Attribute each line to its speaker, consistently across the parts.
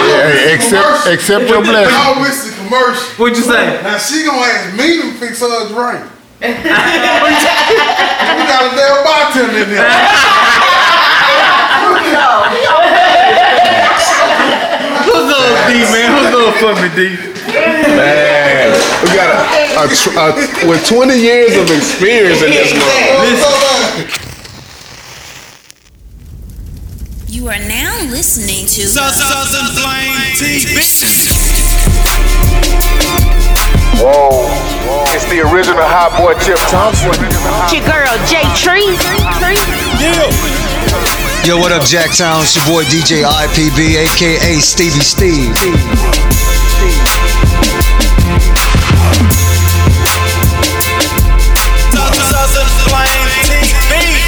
Speaker 1: hey, accept,
Speaker 2: Commercial.
Speaker 1: accept your blessing.
Speaker 2: Y'all missed the commercial.
Speaker 3: What'd you say?
Speaker 2: Now she gonna ask me to fix her a drink. we got a damn bartender in there.
Speaker 3: Who's those D, man? Who's those for me, D?
Speaker 1: Man, we got a, a, tr- a with 20 years of experience in this world.
Speaker 4: You are now listening to
Speaker 5: Southern Flame TV.
Speaker 1: Whoa, it's the original hot boy Chip Thompson.
Speaker 6: Your girl, J Tree.
Speaker 7: Yo, what up, Jacktown? It's your boy DJ IPB, aka Stevie Steve.
Speaker 5: Southern Flame TV.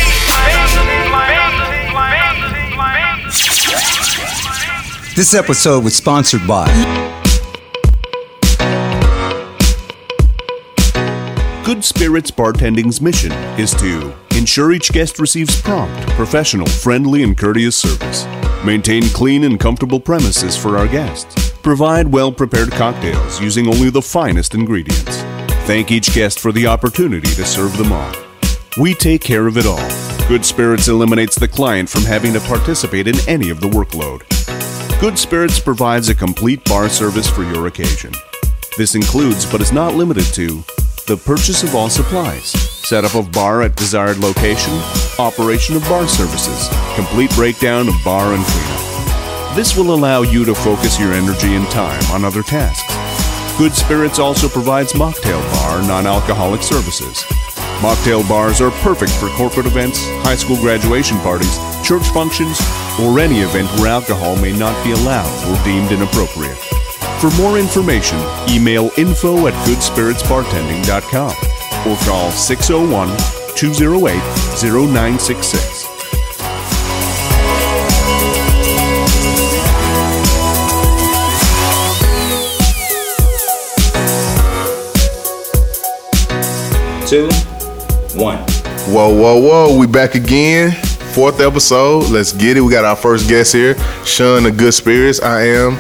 Speaker 7: This episode was sponsored by.
Speaker 8: Good Spirits Bartending's mission is to ensure each guest receives prompt, professional, friendly, and courteous service, maintain clean and comfortable premises for our guests, provide well prepared cocktails using only the finest ingredients, thank each guest for the opportunity to serve them all. We take care of it all. Good Spirits eliminates the client from having to participate in any of the workload. Good Spirits provides a complete bar service for your occasion. This includes, but is not limited to, the purchase of all supplies, setup of bar at desired location, operation of bar services, complete breakdown of bar and cleanup. This will allow you to focus your energy and time on other tasks. Good Spirits also provides mocktail bar non alcoholic services. Mocktail bars are perfect for corporate events, high school graduation parties, church functions, or any event where alcohol may not be allowed or deemed inappropriate. For more information, email info at goodspiritsbartending.com or call 601 208 0966.
Speaker 9: two, one.
Speaker 1: Whoa, whoa, whoa, we back again. Fourth episode, let's get it. We got our first guest here, Sean the Good Spirits. I am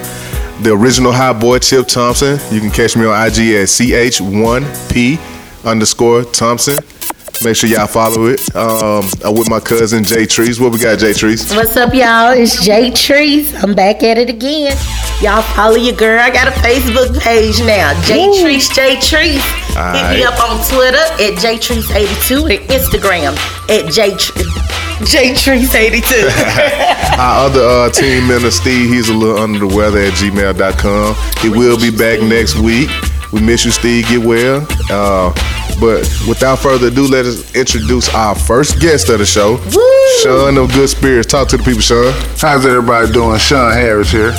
Speaker 1: the original hot boy Chip Thompson. You can catch me on IG at ch1p underscore Thompson. Make sure y'all follow it. Um, I'm with my cousin Jay Trees. What we got, Jay Trees?
Speaker 6: What's up, y'all? It's J Trees. I'm back at it again. Y'all follow your girl. I got a Facebook page now. J Trees, J Trees. Hit
Speaker 1: Aight.
Speaker 6: me up on Twitter at J Trees82 and Instagram at J J Trees82.
Speaker 1: Our other uh, team member, Steve, he's a little under the weather at gmail.com. He will be back next week. We miss you, Steve. Get well. Uh, but without further ado, let us introduce our first guest of the show, Sean of Good Spirits. Talk to the people, Sean.
Speaker 2: How's everybody doing? Sean Harris here.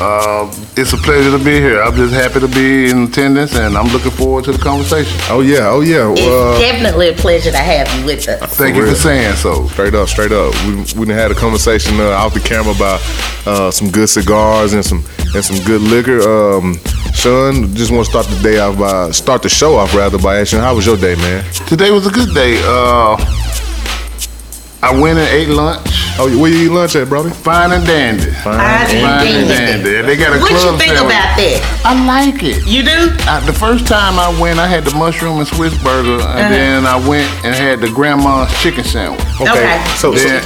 Speaker 2: Uh, it's a pleasure to be here. I'm just happy to be in attendance, and I'm looking forward to the conversation.
Speaker 1: Oh, yeah. Oh, yeah.
Speaker 6: it's
Speaker 1: Uh,
Speaker 6: definitely a pleasure to have you with us.
Speaker 2: Thank you
Speaker 1: real.
Speaker 2: for saying so.
Speaker 1: straight up, straight up. We, we done had a conversation uh, off the camera about uh, some good cigars and some and some good liquor. Um, Sean, just want to start the day off by start the show off rather by asking, how was your day, man?
Speaker 2: Today was a good day. Uh, I went and ate lunch,
Speaker 1: Oh, where you eat lunch at, brother?
Speaker 2: fine and dandy.
Speaker 6: I
Speaker 2: Fine
Speaker 6: think
Speaker 2: and
Speaker 6: that-
Speaker 2: dandy. And They got a
Speaker 6: What
Speaker 2: club
Speaker 6: you think
Speaker 2: sandwich.
Speaker 6: about that?
Speaker 2: I like it.
Speaker 6: You do?
Speaker 2: I, the first time I went, I had the mushroom and Swiss burger, and then I went and had the grandma's chicken sandwich.
Speaker 6: Okay.
Speaker 1: So, so-
Speaker 2: Yeah.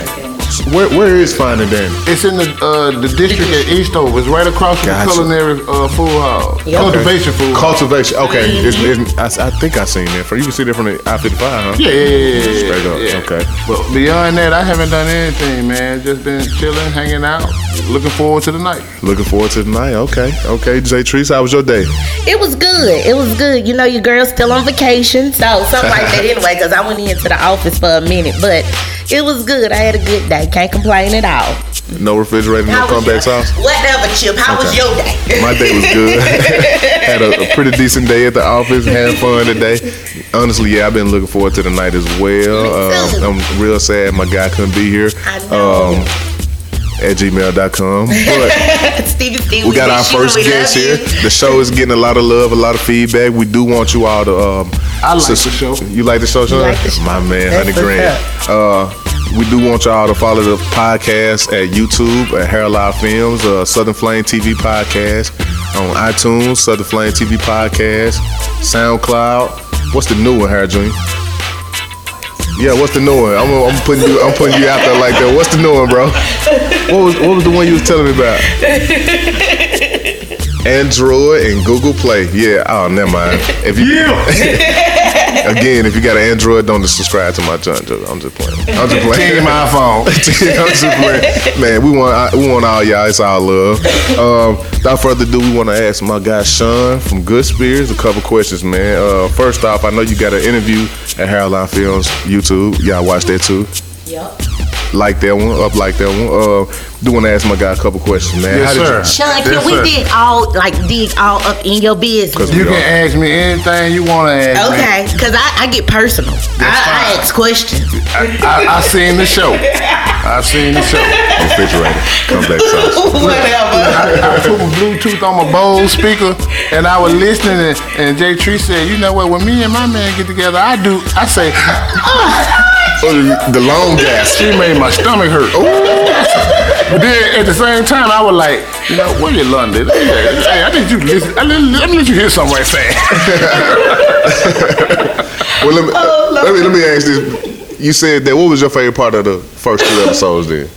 Speaker 1: so where, where is Fine and Dandy?
Speaker 2: It's in the uh, the district at Eastover. It's right across from
Speaker 1: Gotcha.
Speaker 2: the culinary uh, food hall,
Speaker 6: Yeah.
Speaker 2: cultivation food. hall.
Speaker 1: Cultivation. Okay. It's, it's, I, I think I seen that. For you can see that from the I fifty five, huh?
Speaker 2: yeah, yeah, yeah, yeah, yeah,
Speaker 1: Straight up.
Speaker 2: yeah.
Speaker 1: Okay.
Speaker 2: But beyond that, I haven't done anything, man. Just been chilling, hanging out, looking forward to the night.
Speaker 1: Looking forward to tonight. Okay. Okay. Jay Trees, how was your day?
Speaker 6: It was good. It was good. You know, your girl's still on vacation, so something like that anyway. Because I went into the office for a minute, but it was good. I had a good day. Can't complain at all.
Speaker 1: No refrigerator, no
Speaker 6: was your-
Speaker 1: comeback sauce.
Speaker 6: Whatever, Chip. How was
Speaker 1: Okay.
Speaker 6: your day?
Speaker 1: My day was good. Had a, a pretty decent day at the office. Had fun today. Honestly, yeah, I've been looking forward to the night as well.
Speaker 6: Me too.
Speaker 1: Um, I'm real sad my guy couldn't be here.
Speaker 6: I know.
Speaker 1: Um, at gmail.com. But
Speaker 6: Stevie, Stevie,
Speaker 1: we got our
Speaker 6: miss you.
Speaker 1: first
Speaker 6: We love
Speaker 1: guest here.
Speaker 6: you.
Speaker 1: The show is getting a lot of love, a lot of feedback. We do want you all to. Um,
Speaker 2: I like
Speaker 1: sus-
Speaker 2: the show.
Speaker 1: You like the show, Sean?
Speaker 6: like the show.
Speaker 1: My man,
Speaker 6: That's
Speaker 1: Honey
Speaker 6: what's
Speaker 1: Grant. Uh, We do want y'all to follow the podcast at YouTube at Hair Live Films, uh, Southern Flame TV Podcast, on iTunes, Southern Flame TV Podcast, SoundCloud. What's the new one, Hair Junior? Yeah, what's the new one? I'm, I'm putting you. I'm putting you out there like that. What's the new one, bro? What was what was the one you was telling me about? Android and Google Play. Yeah. Oh, never mind. If you again, if you got an Android, don't just subscribe to my junk. I'm just playing. I'm just playing.
Speaker 2: Take my phone.
Speaker 1: I'm just playing. Man, we want we want all y'all. It's all love. Um, without further ado, we want to ask my guy Sean from Good Spirits a couple questions, man. Uh, first off, I know you got an interview at Hairline Films YouTube. Y'all watch that too.
Speaker 6: Yup.
Speaker 1: Like that one, up like that one. Uh, do want to ask my guy a couple questions, man.
Speaker 2: Yes,
Speaker 1: did
Speaker 2: sir.
Speaker 6: Sean, can
Speaker 2: Yes,
Speaker 6: we
Speaker 2: sir.
Speaker 6: dig all like dig all up in your business?
Speaker 1: You, you
Speaker 2: You can ask me anything you want to ask me.
Speaker 6: Okay, because I, I get personal. I, I ask questions.
Speaker 2: I, I seen the show. I seen the show.
Speaker 1: refrigerator. Come back, sauce.
Speaker 6: Whatever.
Speaker 2: I, I put my Bluetooth on my Bose speaker, and I was listening. And, and Jay Tree said, "You know what? When me and my man get together, I do. I say,
Speaker 1: Oh, the long gas.
Speaker 2: she made my stomach hurt. Ooh. But then at the same time, I was like, you know, where you London? Hey, I need you to listen. I let, let me let you hear something right fast.
Speaker 1: Well, let me, let me let me ask this. You said that. What was your favorite part of the first two episodes? Then.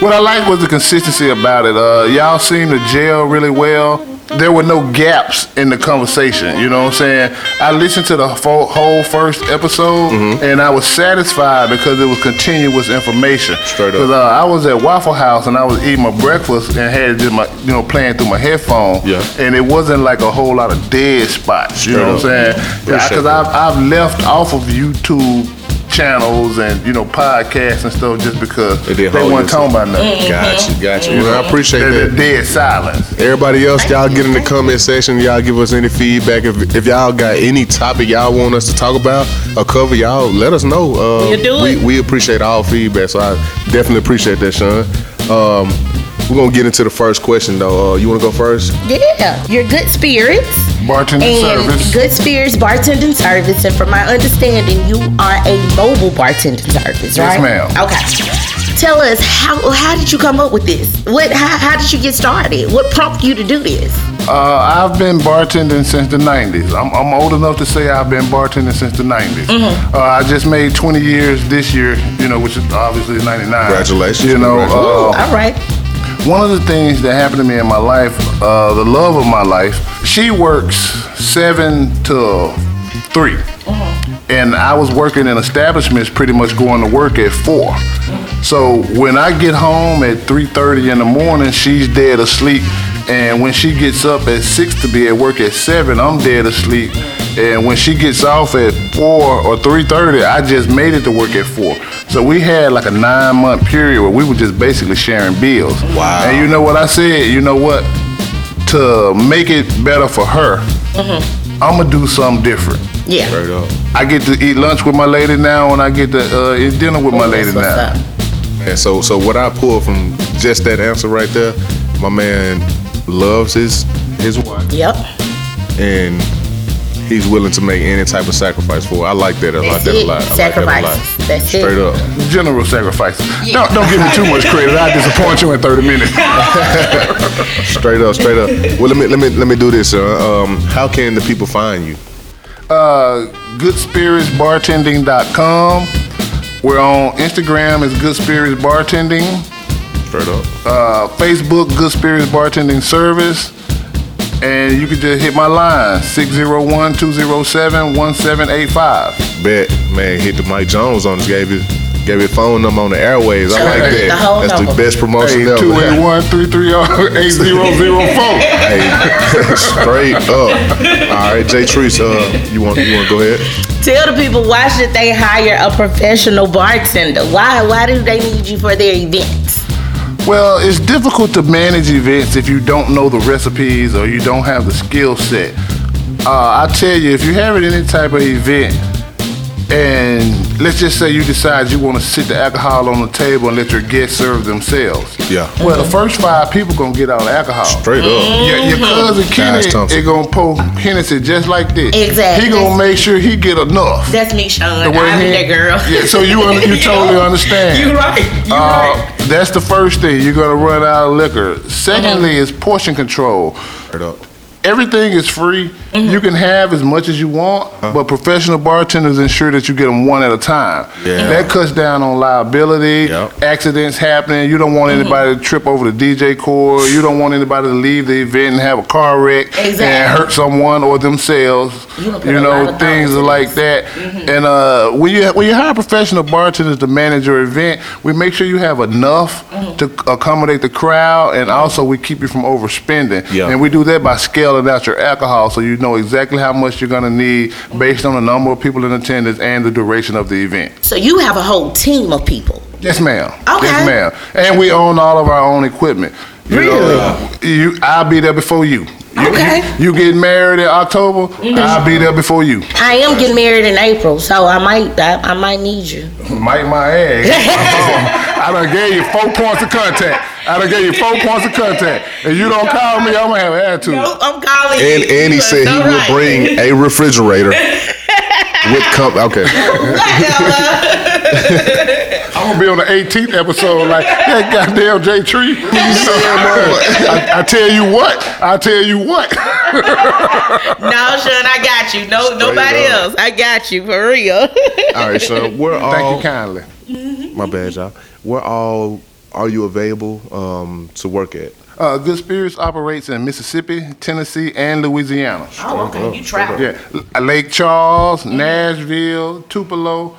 Speaker 2: What I liked was the consistency about it. Uh, y'all seemed to gel really well. There were no gaps in the conversation. You know what I'm saying? I listened to the fo- whole first episode,
Speaker 1: Mm-hmm.
Speaker 2: and I was satisfied because it was continuous information.
Speaker 1: Straight up.
Speaker 2: 'Cause, uh, I was at Waffle House and I was eating my breakfast and had just my you know playing through my headphone.
Speaker 1: Yeah.
Speaker 2: And it wasn't like a whole lot of dead spots. You
Speaker 1: Straight
Speaker 2: know what I'm
Speaker 1: up.
Speaker 2: saying?
Speaker 1: Appreciate
Speaker 2: Because
Speaker 1: that.
Speaker 2: I've I've left off of YouTube channels and you know podcasts and stuff just because
Speaker 1: It
Speaker 2: they
Speaker 1: did hold
Speaker 2: weren't
Speaker 1: you.
Speaker 2: talking about nothing.
Speaker 1: Got you, got you. You know, I appreciate
Speaker 2: They're,
Speaker 1: that.
Speaker 2: they're dead silence.
Speaker 1: Everybody else, y'all get in the comment section. Y'all give us any feedback. If, if y'all got any topic y'all want us to talk about or cover, y'all let us know. Uh,
Speaker 6: We'll do
Speaker 1: we,
Speaker 6: it.
Speaker 1: we appreciate all feedback, so I definitely appreciate that, Sean. Um, we're gonna get into the first question though. Uh, you wanna go first?
Speaker 6: Yeah, your good spirits.
Speaker 2: Bartender
Speaker 6: and
Speaker 2: service.
Speaker 6: good spirits bartending service. And from my understanding, you are a mobile bartending service, right?
Speaker 2: ma'am.
Speaker 6: Okay. Tell us how how did you come up with this? What how, how did you get started? What prompted you to do this?
Speaker 2: Uh, I've been bartending since the 90s. I'm, I'm old enough to say I've been bartending since the 90s. Uh, I just made 20 years this year, you know, which is obviously 99.
Speaker 1: Congratulations.
Speaker 2: You know,
Speaker 1: Congratulations.
Speaker 2: uh,
Speaker 6: All right.
Speaker 2: one of the things that happened to me in my life, uh, the love of my life, she works seven to 3 And I was working in establishments, pretty much going to work at four. So when I get home at 3:30 in the morning, she's dead asleep. And when she gets up at six to be at work at seven, I'm dead asleep. And when she gets off at four or three thirty, I just made it to work at four. So we had like a nine month period where we were just basically sharing bills. Wow. And you know what I said? You know what? To make it better for her, I'm gonna do something different.
Speaker 6: Yeah.
Speaker 1: Straight up.
Speaker 2: I get to eat lunch with my lady now, and I get to uh, eat dinner with my lady
Speaker 6: Oh, That's what's
Speaker 2: now.
Speaker 6: up.
Speaker 1: And so, so what I pull from just that answer right there, my man loves his his wife,
Speaker 6: Yep.
Speaker 1: and he's willing to make any type of sacrifice for. Her. I like that. I like
Speaker 6: That's
Speaker 1: that a
Speaker 6: it.
Speaker 1: lot. I like that a lot.
Speaker 6: Sacrifices. That's it.
Speaker 1: Straight up.
Speaker 2: General sacrifices.
Speaker 6: Yeah.
Speaker 2: Don't, don't give me too much credit. I disappoint you in 30 minutes.
Speaker 1: Straight up, straight up. Well, let me let me let me do this. Sir. Um, how can the people find you?
Speaker 2: uh, goodspiritsbartending.com. We're on Instagram is Good Spirits Bartending.
Speaker 1: Straight up.
Speaker 2: Uh, Facebook, Good Spirits Bartending Service. And you can just hit my line, 601 207 1785.
Speaker 1: Bet man, hit the Mike Jones on. Just gave you gave your phone number on the airways. I like
Speaker 2: Hey,
Speaker 1: that.
Speaker 6: the whole
Speaker 1: That's the
Speaker 6: number.
Speaker 1: best promotion
Speaker 2: Hey,
Speaker 1: ever.
Speaker 2: 281 330 8004.
Speaker 1: Hey, straight up. All right, Jay Trees. Uh, you want you want to go ahead?
Speaker 6: Tell the people why should they hire a professional bartender? Why why do they need you for their events?
Speaker 2: Well, it's difficult to manage events if you don't know the recipes or you don't have the skill set. Uh, I tell you, if you're having any type of event, and let's just say you decide you want to sit the alcohol on the table and let your guests serve themselves.
Speaker 1: Yeah.
Speaker 2: Well, the first five people gonna get all the alcohol.
Speaker 1: Straight up.
Speaker 2: Your, your cousin Kenny
Speaker 1: Thompson.
Speaker 2: is gonna pour Hennessy just like this.
Speaker 6: Exactly.
Speaker 2: He gonna make sure he get enough.
Speaker 6: That's me,
Speaker 2: The
Speaker 6: Sean.
Speaker 2: way
Speaker 6: I'm
Speaker 2: he-
Speaker 6: that girl.
Speaker 2: Yeah, so you un- you totally understand.
Speaker 3: You right. You
Speaker 2: Uh,
Speaker 3: right.
Speaker 2: that's the first thing. You're gonna run out of liquor. Secondly, is portion control.
Speaker 1: Straight up.
Speaker 2: Everything is free. You can have as much as you want, but professional bartenders ensure that you get them one at a time.
Speaker 1: Yeah.
Speaker 2: That cuts down on liability,
Speaker 1: Yep.
Speaker 2: accidents happening. You don't want anybody to trip over the DJ cord. You don't want anybody to leave the event and have a car wreck and
Speaker 6: Exactly.
Speaker 2: hurt someone or themselves.
Speaker 6: You gonna put
Speaker 2: You
Speaker 6: a lot
Speaker 2: know,
Speaker 6: of
Speaker 2: things
Speaker 6: dollars Mm-hmm.
Speaker 2: like that. And uh, when you when you hire professional bartenders to manage your event, we make sure you have enough to accommodate the crowd, and also we keep you from overspending.
Speaker 1: Yeah.
Speaker 2: And we do that by scaling out your alcohol, so you know exactly how much you're gonna need based on the number of people in attendance and the duration of the event.
Speaker 6: So you have a whole team of people.
Speaker 2: Yes, ma'am.
Speaker 6: Okay.
Speaker 2: Yes, ma'am. And we own all of our own equipment. You Know, you, I'll be there before you. You,
Speaker 6: Okay.
Speaker 2: you, you get married in October, I'll be there before you.
Speaker 6: I am getting married in April, so I might I, I might need you.
Speaker 2: Mike my egg. I done gave you four points of contact. I done gave you four points of contact. And you don't call me, I'm gonna have an attitude.
Speaker 6: Oh, I'm calling
Speaker 1: And and he said he will bring a refrigerator with comp. Okay.
Speaker 2: I'm gonna be on the 18th episode like that goddamn J Tree. I, I tell you what, I tell you what.
Speaker 6: No, Sean, I got you. No, nobody
Speaker 1: up.
Speaker 6: else. I got you for real.
Speaker 1: All right, so we're all.
Speaker 2: Thank you kindly.
Speaker 1: My bad,
Speaker 6: Mm-hmm.
Speaker 1: y'all. We're all. Are you available um, to work at?
Speaker 2: Uh, Good Spirits operates in Mississippi, Tennessee, and Louisiana.
Speaker 6: oh, okay. You travel.
Speaker 2: Yeah, L- Lake Charles, Nashville, Tupelo.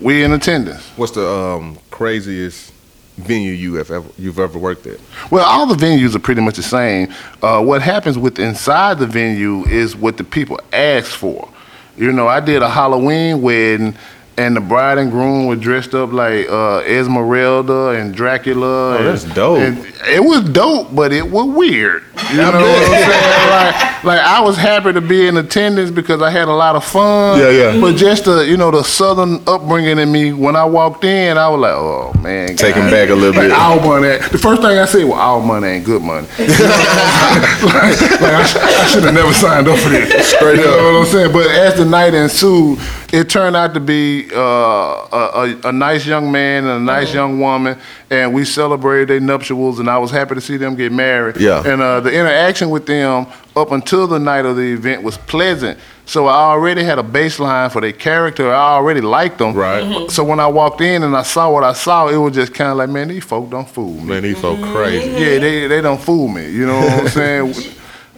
Speaker 2: We in attendance.
Speaker 1: What's the um, craziest venue you have ever you've ever worked at?
Speaker 2: Well, all the venues are pretty much the same. Uh, what happens with inside the venue is what the people ask for. You know, I did a Halloween wedding, and the bride and groom were dressed up like uh, Esmeralda and Dracula. and-
Speaker 1: Oh, that's dope.
Speaker 2: and it was dope, but it was weird. You know what I'm saying? Like, like I was happy to be in attendance because I had a lot of fun.
Speaker 1: Yeah, yeah.
Speaker 2: But just the you know the southern upbringing in me when I walked in, I was like, oh man,
Speaker 1: Take 'em
Speaker 2: God.
Speaker 1: back a little
Speaker 2: Like,
Speaker 1: bit.
Speaker 2: all money. ain't- The first thing I said, well, all money ain't good money. like, I, sh- I should have never signed up for this.
Speaker 1: Straight
Speaker 2: you
Speaker 1: up.
Speaker 2: know what I'm saying? But as the night ensued, it turned out to be uh, a, a, a nice young man and a nice
Speaker 1: Mm-hmm.
Speaker 2: young woman, and we celebrated their nuptials, and I was happy to see them get married.
Speaker 1: Yeah.
Speaker 2: And uh, the interaction with them up until the night of the event was pleasant. So I already had a baseline for their character. I already liked them.
Speaker 1: Right. Mhm.
Speaker 2: So when I walked in and I saw what I saw, it was just kind of like, man, these folk don't fool me.
Speaker 1: Man, these folk
Speaker 6: Mm-hmm.
Speaker 1: crazy.
Speaker 2: Yeah, they they don't fool me. You know what I'm saying?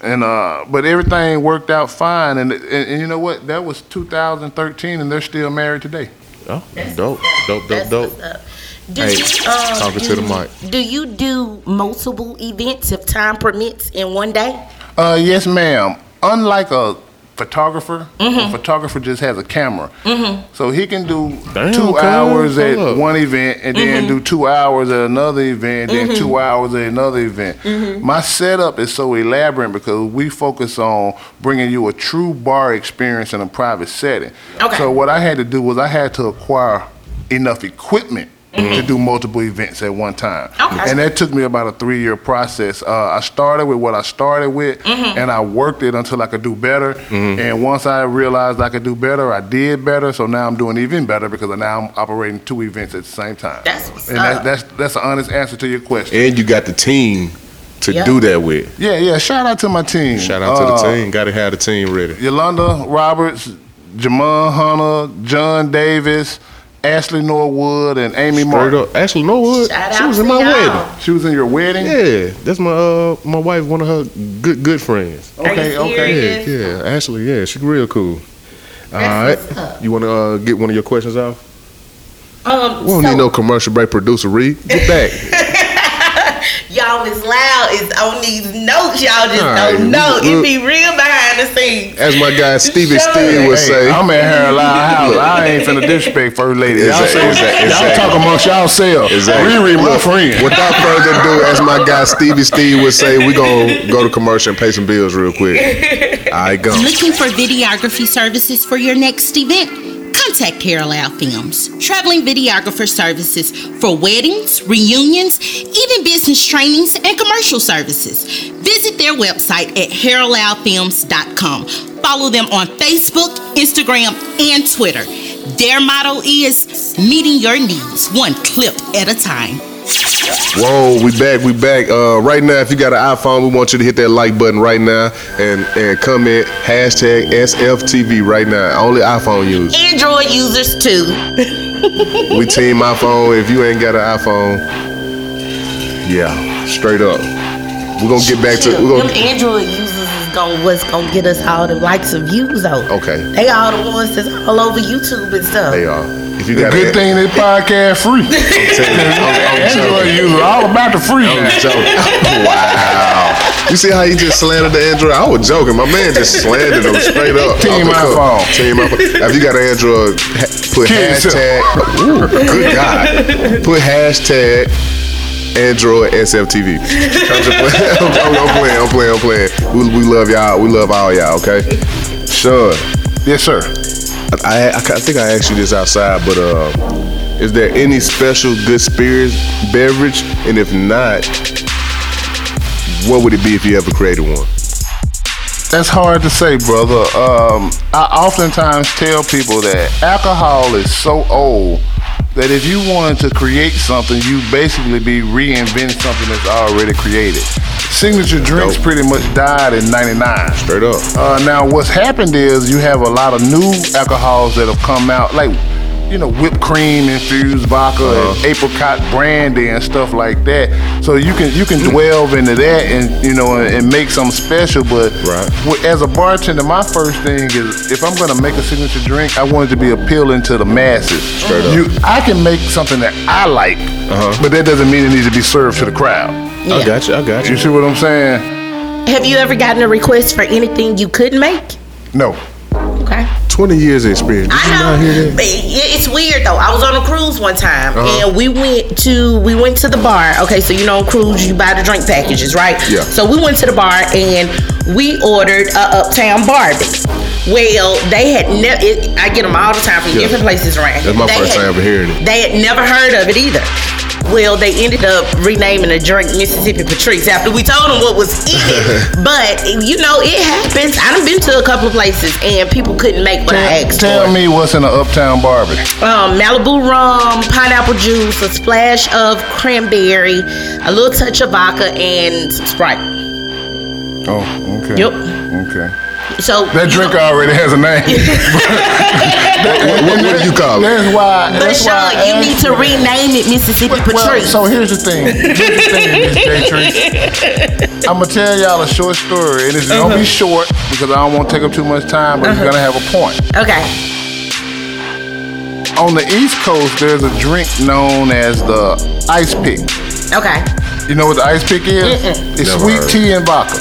Speaker 2: And uh, but everything worked out fine. And, and and you know what? That was 2013, and they're still married today.
Speaker 1: Oh, dope, dope, dope,
Speaker 6: That's
Speaker 1: dope.
Speaker 6: what's up. Do
Speaker 1: Hey,
Speaker 6: you, um,
Speaker 1: talking
Speaker 6: do
Speaker 1: to the
Speaker 6: you-
Speaker 1: mic.
Speaker 6: Do you do multiple events if time permits in one day?
Speaker 2: Uh, yes, ma'am. Unlike a photographer,
Speaker 6: Mm-hmm.
Speaker 2: a photographer just has a camera, so he can do
Speaker 1: Damn,
Speaker 2: two
Speaker 1: cuz,
Speaker 2: hours at
Speaker 1: hold up.
Speaker 2: one event, and
Speaker 6: Mm-hmm.
Speaker 2: then do two hours at another event, then two hours at another event.
Speaker 6: Mm-hmm.
Speaker 2: My setup is so elaborate because we focus on bringing you a true bar experience in a private setting.
Speaker 6: Okay.
Speaker 2: So what I had to do was I had to acquire enough equipment. To do multiple events at one time,
Speaker 6: Mm-hmm. Okay.
Speaker 2: and that took me about a three-year process. Uh, I started with what I started with,
Speaker 1: Mm-hmm.
Speaker 2: and I worked it until I could do better. And once I realized I could do better, I did better. So now I'm doing even better because now I'm operating two events at the same time.
Speaker 6: That's what's
Speaker 2: and
Speaker 6: up.
Speaker 2: That's, that's that's an honest answer to your question.
Speaker 1: And you got the team to
Speaker 6: Yeah.
Speaker 1: do that with.
Speaker 2: yeah, yeah. Shout out to my team.
Speaker 1: Shout out to the
Speaker 2: Uh,
Speaker 1: team. Got to have the team ready.
Speaker 2: Yolanda Roberts, Jamon Hunter, John Davis, Ashley Norwood, and Amy
Speaker 1: Straight
Speaker 2: Martin.
Speaker 1: up. Actually, you know what?
Speaker 6: Shout
Speaker 1: she
Speaker 6: out
Speaker 1: was in
Speaker 6: to
Speaker 1: my
Speaker 6: y'all.
Speaker 1: wedding.
Speaker 2: She was in your wedding.
Speaker 1: Yeah, that's my uh my wife, one of her good good friends.
Speaker 2: Okay,
Speaker 6: you
Speaker 2: okay.
Speaker 1: Yeah,
Speaker 6: serious?
Speaker 1: yeah, Ashley, yeah, she real cool. All right,
Speaker 6: That's what's up.
Speaker 1: you want to uh, get one of your questions off?
Speaker 6: Um,
Speaker 1: We don't
Speaker 6: so
Speaker 1: need no commercial break. Producer Reed, get back.
Speaker 6: y'all is loud. It's on these notes. Y'all just
Speaker 1: All right, Mm-hmm.
Speaker 6: don't know.
Speaker 1: we-
Speaker 6: It be real behind the scenes.
Speaker 1: As my guy Stevie Steele would say,
Speaker 2: Hey, I'm at her loud house. I ain't finna disrespect first lady. Y'all,
Speaker 1: Exactly,
Speaker 2: say,
Speaker 1: exactly,
Speaker 2: y'all
Speaker 1: exactly.
Speaker 2: talk amongst y'all
Speaker 1: Exactly.
Speaker 2: Exactly. Riri, my friend.
Speaker 1: without further ado, as my guy Stevie Steele would say, we gonna go to commercial and pay some bills real quick. All right, go.
Speaker 10: Looking for videography services for your next event? Come contact Carolina Films, traveling videographer services for weddings, reunions, even business trainings and commercial services. Visit their website at harrowloudfilms.com. Follow them on Facebook, Instagram, and Twitter. Their motto is meeting your needs one clip at a time.
Speaker 1: Whoa, we back, we back. Uh, right now, if you got an iPhone, we want you to hit that like button right now and, and comment hashtag SFTV right now. Only iPhone users.
Speaker 6: Android users too.
Speaker 1: we team iPhone. If you ain't got an iPhone, yeah, straight up. We're gonna get back to.
Speaker 6: Shit,
Speaker 1: We're
Speaker 6: them
Speaker 1: gonna,
Speaker 6: Android users is gonna what's gonna get us all the likes and views though.
Speaker 1: okay,
Speaker 6: They all the ones that's all over YouTube and stuff.
Speaker 1: they are. If you
Speaker 2: The
Speaker 1: got
Speaker 2: good
Speaker 1: an-
Speaker 2: thing they podcast
Speaker 1: I'm
Speaker 2: free.
Speaker 1: telling you, I'm- I'm
Speaker 2: Android
Speaker 1: joking.
Speaker 2: users all about the free.
Speaker 1: I'm joking. Wow. You see how he just slandered the Android? I was joking. My man just slandered him straight up. Off
Speaker 2: Team
Speaker 1: the cuff.
Speaker 2: iPhone.
Speaker 1: Team iPhone. If you got an Android, ha- put
Speaker 2: Kill yourself.
Speaker 1: hashtag. Ooh, good God. Put hashtag Android SFTV. I'm, just playing. I'm, I'm playing. I'm playing. I'm playing. We, we love y'all. We love all y'all, okay? Sure.
Speaker 2: Yes, sir.
Speaker 1: I, I, I think I asked you this outside, but uh, is there any special good spirits beverage? And if not, what would it be if you ever created one?
Speaker 2: That's hard to say, brother. Um, I oftentimes tell people that alcohol is so old that if you wanted to create something, you basically be reinventing something that's already created. Signature drinks
Speaker 1: Dope.
Speaker 2: pretty much died in '99.
Speaker 1: Straight up.
Speaker 2: Uh, now, what's happened is you have a lot of new alcohols that have come out, like you know, whipped cream infused vodka
Speaker 1: Uh-huh.
Speaker 2: and apricot brandy and stuff like that. So you can you can delve into that and you know and, and make something special. But
Speaker 1: Right.
Speaker 2: w- as a bartender, my first thing is if I'm gonna make a signature drink, I want it to be appealing to the masses.
Speaker 1: Straight up. Uh-huh.
Speaker 2: You, I can make something that I like, but that doesn't mean it needs to be served to the crowd.
Speaker 1: I got you. I got
Speaker 2: You see what I'm saying?
Speaker 6: Have you ever gotten a request for anything you could make?
Speaker 2: No.
Speaker 6: Okay.
Speaker 1: 20 years of experience. Did you
Speaker 6: I
Speaker 1: not hear
Speaker 6: know.
Speaker 1: that? Uh-huh.
Speaker 6: But it- It's weird though. I was on a cruise one time, and we went to we went to the bar. Okay, so you know, on cruise you buy the drink packages, right?
Speaker 1: Yeah.
Speaker 6: So we went to the bar and we ordered a Uptown Barbie. Well, they had never. I get them all the time from
Speaker 1: Yeah.
Speaker 6: different places around.
Speaker 1: That's my
Speaker 6: They
Speaker 1: first
Speaker 6: had-
Speaker 1: time ever hearing it.
Speaker 6: They had never heard of it either. Well, they ended up renaming the drink Mississippi Patrice after we told them what was in it. but you know, it happens. I've been to a couple of places and people couldn't make what I
Speaker 2: Tell,
Speaker 6: asked for
Speaker 2: tell me what's in an Uptown Barbie.
Speaker 6: um, Malibu rum, pineapple juice, a splash of cranberry, a little touch of vodka, and some Sprite.
Speaker 2: Oh, okay.
Speaker 6: Yep.
Speaker 2: Okay.
Speaker 6: So
Speaker 2: That drink already has a name.
Speaker 1: What, what, what do you call it?
Speaker 2: That's why.
Speaker 6: But
Speaker 2: that's why
Speaker 6: Sean,
Speaker 2: I
Speaker 6: you need
Speaker 2: asked
Speaker 6: to
Speaker 2: you.
Speaker 6: rename it Mississippi
Speaker 2: Well,
Speaker 6: Patrice.
Speaker 2: so here's the thing. Here's the thing, Miss J. Treat. I'm gonna tell y'all a short story, and it's gonna
Speaker 6: Uh-huh.
Speaker 2: be short because I don't want to take up too much time, but it's gonna have a point.
Speaker 6: okay.
Speaker 2: On the East Coast, there's a drink known as the ice pick.
Speaker 6: Okay.
Speaker 2: You know what the ice pick is? It's
Speaker 1: Never
Speaker 2: sweet
Speaker 1: heard.
Speaker 2: tea and vodka.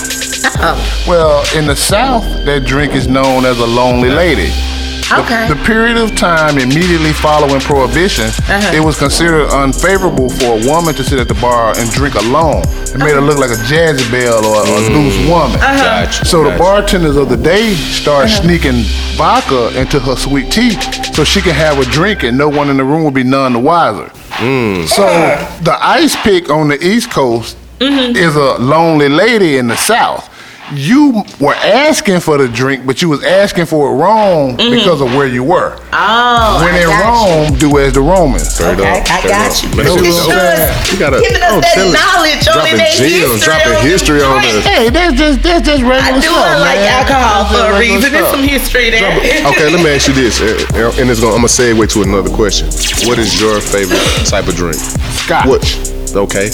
Speaker 6: Oh.
Speaker 2: Well, in the South, that drink is known as a lonely lady. The-
Speaker 6: Okay.
Speaker 2: The, period of time immediately following Prohibition,
Speaker 6: Uh-huh.
Speaker 2: it was considered unfavorable for a woman to sit at the bar and drink alone. It made her look like a jazzy belle or, or a loose woman.
Speaker 1: Mm.
Speaker 6: Uh-huh.
Speaker 1: Gotcha,
Speaker 2: So the
Speaker 1: gotcha.
Speaker 2: bartenders of the day start sneaking vodka into her sweet tea so she can have a drink and no one in the room will be none the wiser. So the ice pick on the East Coast
Speaker 6: Mm-hmm.
Speaker 2: is a lonely lady in the South. You were asking for the drink, but you was asking for it wrong because of where you were.
Speaker 6: Oh.
Speaker 2: when
Speaker 6: Mm-hmm. I
Speaker 2: in
Speaker 6: got you.
Speaker 2: Rome, do as the Romans.
Speaker 1: Straight
Speaker 6: Okay,
Speaker 1: up.
Speaker 6: I
Speaker 1: straight
Speaker 6: got
Speaker 1: up.
Speaker 6: you.
Speaker 1: Man,
Speaker 2: Look
Speaker 1: shit,
Speaker 2: at
Speaker 1: dope.
Speaker 2: us
Speaker 1: You gotta- oh,
Speaker 6: giving us
Speaker 1: I'm
Speaker 6: that
Speaker 1: telling you,
Speaker 6: knowledge on
Speaker 1: dropping
Speaker 6: that
Speaker 1: gems,
Speaker 6: history
Speaker 1: dropping
Speaker 6: on the
Speaker 1: history on
Speaker 6: drink.
Speaker 1: this.
Speaker 2: Hey, that's just that's just regular
Speaker 6: I do
Speaker 2: stuff,
Speaker 6: I like
Speaker 2: man. That's
Speaker 6: alcohol
Speaker 2: just
Speaker 6: for a
Speaker 2: regular
Speaker 6: reason. There's
Speaker 2: stuff.
Speaker 6: some history there.
Speaker 1: Okay, let me ask you this, and and it's going. I'm gonna segue to another question. What is your favorite type of drink?
Speaker 2: Scotch,
Speaker 1: What? Okay.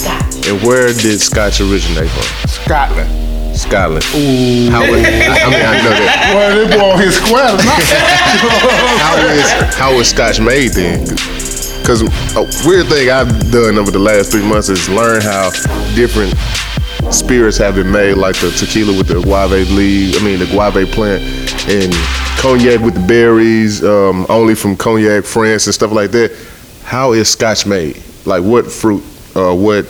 Speaker 1: And where did Scotch originate from?
Speaker 2: Scotland.
Speaker 1: Scotland. Ooh. How is, I mean, I know that.
Speaker 2: Well, this boy on his square tonight.
Speaker 1: how is how is scotch made then? Because a weird thing I've done over the last three months is learn how different spirits have been made, like the tequila with the guave leaves, I mean the guave plant, and cognac with the berries, um, only from cognac France and stuff like that. How is scotch made? Like what fruit? Uh, what?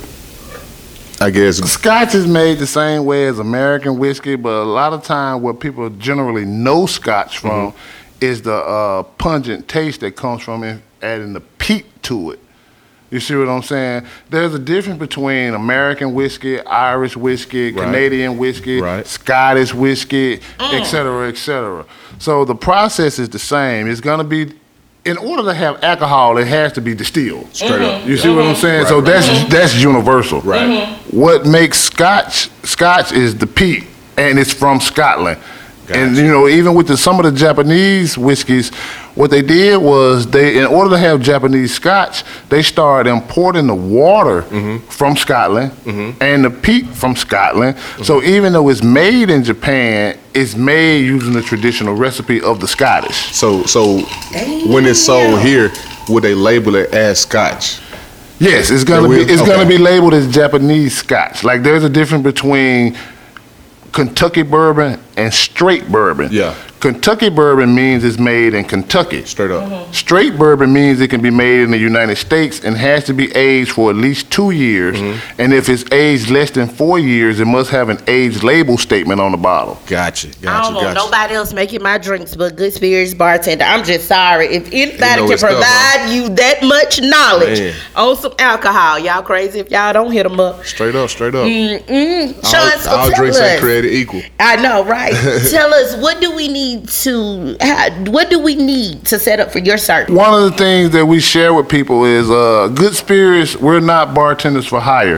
Speaker 1: I guess.
Speaker 2: Scotch is made the same way as American whiskey, but a lot of time what people generally know Scotch from
Speaker 1: Mm-hmm.
Speaker 2: is the uh, pungent taste that comes from it, adding the peat to it. You see what I'm saying? There's a difference between American whiskey, Irish whiskey,
Speaker 1: Right.
Speaker 2: Canadian whiskey,
Speaker 1: Right.
Speaker 2: Scottish whiskey, et cetera, et cetera. So the process is the same. It's gonna be, in order to have alcohol, it has to be distilled.
Speaker 1: Straight up. Mm-hmm.
Speaker 2: You see what I'm saying? so that's that's universal. Right. What makes Scotch Scotch is the peat, and it's from Scotland. And
Speaker 1: Gotcha.
Speaker 2: you know, even with the, some of the Japanese whiskeys, what they did was they, in order to have Japanese Scotch, they started importing the water
Speaker 1: Mm-hmm.
Speaker 2: from Scotland and the peat from Scotland.
Speaker 1: Mm-hmm.
Speaker 2: So even though it's made in Japan, it's made using the traditional recipe of the Scottish.
Speaker 1: So so when it's sold here, would they label it as Scotch?
Speaker 2: Yes, it's gonna
Speaker 1: It
Speaker 2: be
Speaker 1: will?
Speaker 2: it's gonna
Speaker 1: Okay.
Speaker 2: be labeled as Japanese Scotch. Like there's a difference between Kentucky bourbon and straight bourbon.
Speaker 1: Yeah.
Speaker 2: Kentucky bourbon means it's made in Kentucky.
Speaker 1: Straight up.
Speaker 6: Mm-hmm.
Speaker 2: Straight bourbon means it can be made in the United States and has to be aged for at least two years.
Speaker 1: Mm-hmm.
Speaker 2: And if it's aged less than four years, it must have an age label statement on the bottle.
Speaker 1: Gotcha. Gotcha.
Speaker 6: I don't want
Speaker 1: gotcha.
Speaker 6: nobody else making my drinks but Good Spirits bartender. I'm just sorry. If anybody
Speaker 1: know
Speaker 6: can
Speaker 1: it's tough, huh?
Speaker 6: provide you that much knowledge
Speaker 1: Man.
Speaker 6: on some alcohol, y'all crazy if y'all don't hit them up.
Speaker 1: Straight up. Straight up.
Speaker 6: Mm-mm. Shots
Speaker 1: all all
Speaker 6: for
Speaker 1: drinks ain't
Speaker 6: us.
Speaker 1: created equal.
Speaker 6: I know, right? Tell us what do we need to how, what do we need to set up for your service?
Speaker 2: One of the things that we share with people is uh, good spirits. We're not bartenders for hire.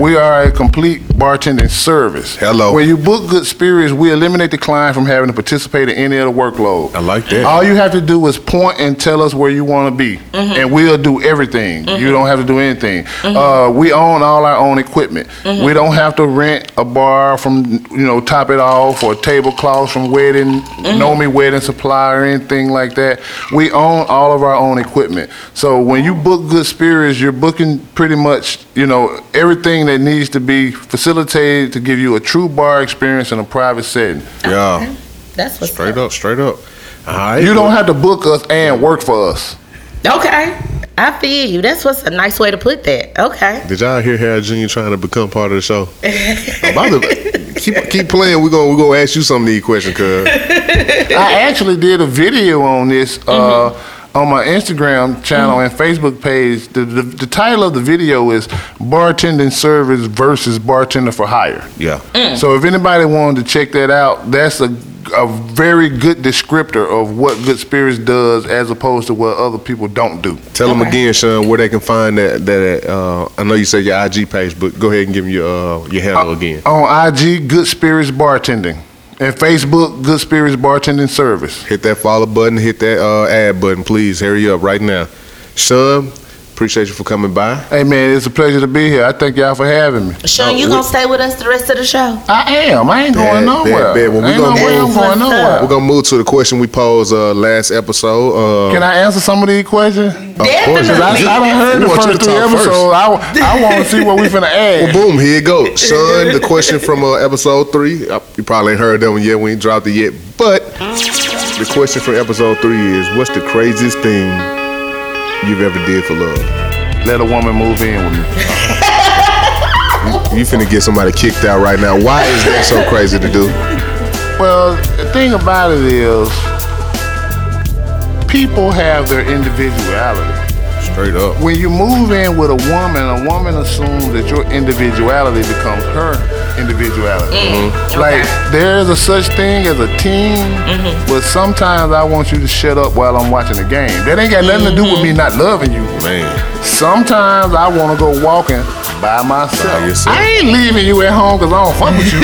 Speaker 2: We are a complete bartending service.
Speaker 1: Hello.
Speaker 2: When you book good spirits, we eliminate the client from having to participate in any of the workload.
Speaker 1: I like that.
Speaker 2: All you have to do is point and tell us where you want to be, and we'll do everything. You don't have to do anything. Uh, we own all our own equipment. We don't have to rent a bar from you know top it off or tablecloths from wedding, know me wedding supply or anything like that. We own all of our own equipment. So when you book Good Spirits, you're booking pretty much you know everything that needs to be facilitated to give you a true bar experience in a private setting.
Speaker 1: Yeah.
Speaker 6: That's what's
Speaker 1: Straight up. Straight up. All right.
Speaker 2: You don't have to book us and work for us.
Speaker 6: Okay. I feel you. That's what's a nice way to put that. Okay.
Speaker 1: Did y'all hear Harry Jr. trying to become part of the show? I'm about to keep keep playing. We're gonna we gonna ask you some of these questions, cuz.
Speaker 2: I actually did a video on this uh, on my Instagram channel and Facebook page. The, the, the title of the video is Bartending Service versus Bartender for Hire.
Speaker 1: Yeah.
Speaker 2: So if anybody wanted to check that out, that's a, a very good descriptor of what Good Spirits does as opposed to what other people don't do.
Speaker 1: Tell them again, Sean, where they can find that. That uh, I know you said your IG page, but go ahead and give them your uh, your handle again.
Speaker 2: On IG, Good Spirits Bartending. And Facebook, Good Spirits Bartending Service.
Speaker 1: Hit that follow button. Hit that uh, ad button, please. Hurry up right now, Sean. Appreciate you for coming by.
Speaker 2: Hey man, it's a pleasure to be here. I thank y'all for having me.
Speaker 6: Sean,
Speaker 1: Oh,
Speaker 6: you
Speaker 1: we-
Speaker 6: gonna stay with us the rest of the show?
Speaker 2: I am. I ain't
Speaker 1: Bad,
Speaker 2: going
Speaker 1: bad,
Speaker 2: nowhere.
Speaker 1: bad. Well, we
Speaker 2: ain't
Speaker 1: gonna
Speaker 2: no way I'm
Speaker 1: move.
Speaker 2: going nowhere.
Speaker 1: We're gonna move to the question we posed uh, last episode. Uh,
Speaker 2: Can I answer some of these questions?
Speaker 1: of course,
Speaker 2: Cause I, I done heard
Speaker 1: We
Speaker 2: the
Speaker 1: want you
Speaker 2: first
Speaker 1: to
Speaker 2: three
Speaker 1: talk first.
Speaker 2: episodes. I, I want to see what we finna
Speaker 1: Well,
Speaker 2: add.
Speaker 1: boom, here you go. Son, the question from uh, episode three. Uh, You probably ain't heard that one yet. We ain't dropped it yet. But the question from episode three is what's the craziest thing you've ever did for love?
Speaker 2: Let a woman move in with me.
Speaker 1: You finna get somebody kicked out right now. Why is that so crazy to do?
Speaker 2: Well, the thing about it is, people have their individuality.
Speaker 1: Straight up.
Speaker 2: When you move in with a woman, a woman assumes that your individuality becomes her individuality. Like there's a such thing as a team, but sometimes I want you to shut up while I'm watching the game. That ain't got nothing to do with me not loving you.
Speaker 1: Man.
Speaker 2: Sometimes I want to go walking by myself.
Speaker 1: By yourself.
Speaker 2: I ain't leaving you at home because I don't fuck with you.